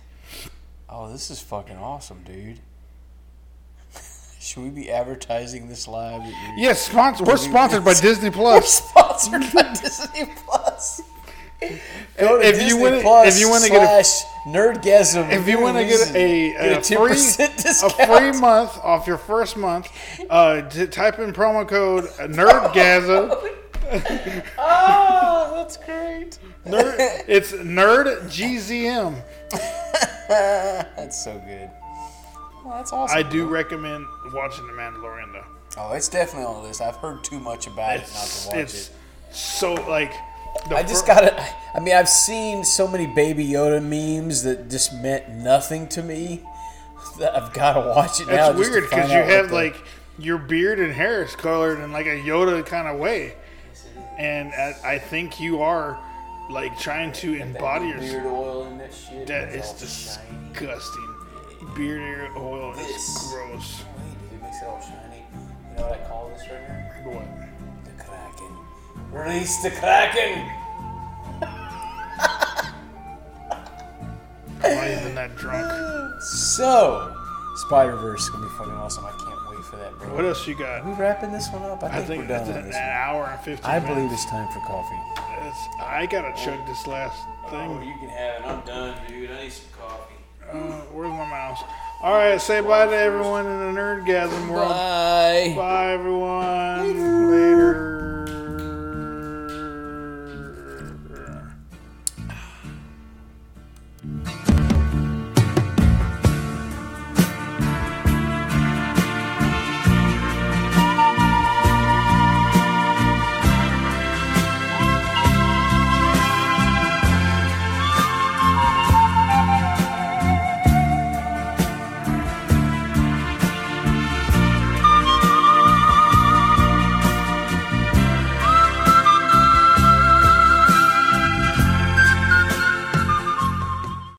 Oh, this is fucking awesome, dude. Should we be advertising this live? That you're-
Yes, sponsor, we're sponsored by Disney
We're
Plus.
sponsored by Disney Plus. Go to
If you
Disney
wanna-
Plus
if you wanna get a-
slash Nerdgasm.
If you want to get a,
Get
a,
a
free
10%
a free
discount.
month off your first month, uh, t- type in promo code nerdgasm.
oh, that's great.
Nerd, it's nerdgzm.
That's so good. Well, that's awesome.
I do recommend watching The Mandalorian though.
Oh, it's definitely on the list. I've heard too much about it not to
It's,
watch
it's
it.
so like. The
I just
fir-
got to I mean, I've seen so many Baby Yoda memes that just meant nothing to me. That I've got to watch it now.
It's
just to
weird
find
because you
out what
have
the-
like your beard and hair is colored in like a Yoda kind of way, and uh, I, I think you are like trying to embody yourself.
beard oil and that shit.
That
It's
is
all shiny.
disgusting. Beard oil
This.
is gross.
Wait, it makes it all shiny. You know what I call this right here?
What?
The Kraken. Release the Kraken!
I'm not even that drunk.
So, Spider Verse is gonna be fucking awesome. I can't wait for that, bro.
What else you
Are
got?
we wrapping this one up? I
I
think,
think
we're done
it's
with
an,
this. one.
hour and fifteen.
I believe
minutes.
it's time for coffee.
It's, I gotta chug this last
Oh,
thing.
can have it. I'm done, dude. I need some coffee.
Uh, where's my mouse? All right, say bye to everyone in the nerdgasm world.
Bye.
Bye, everyone. Later.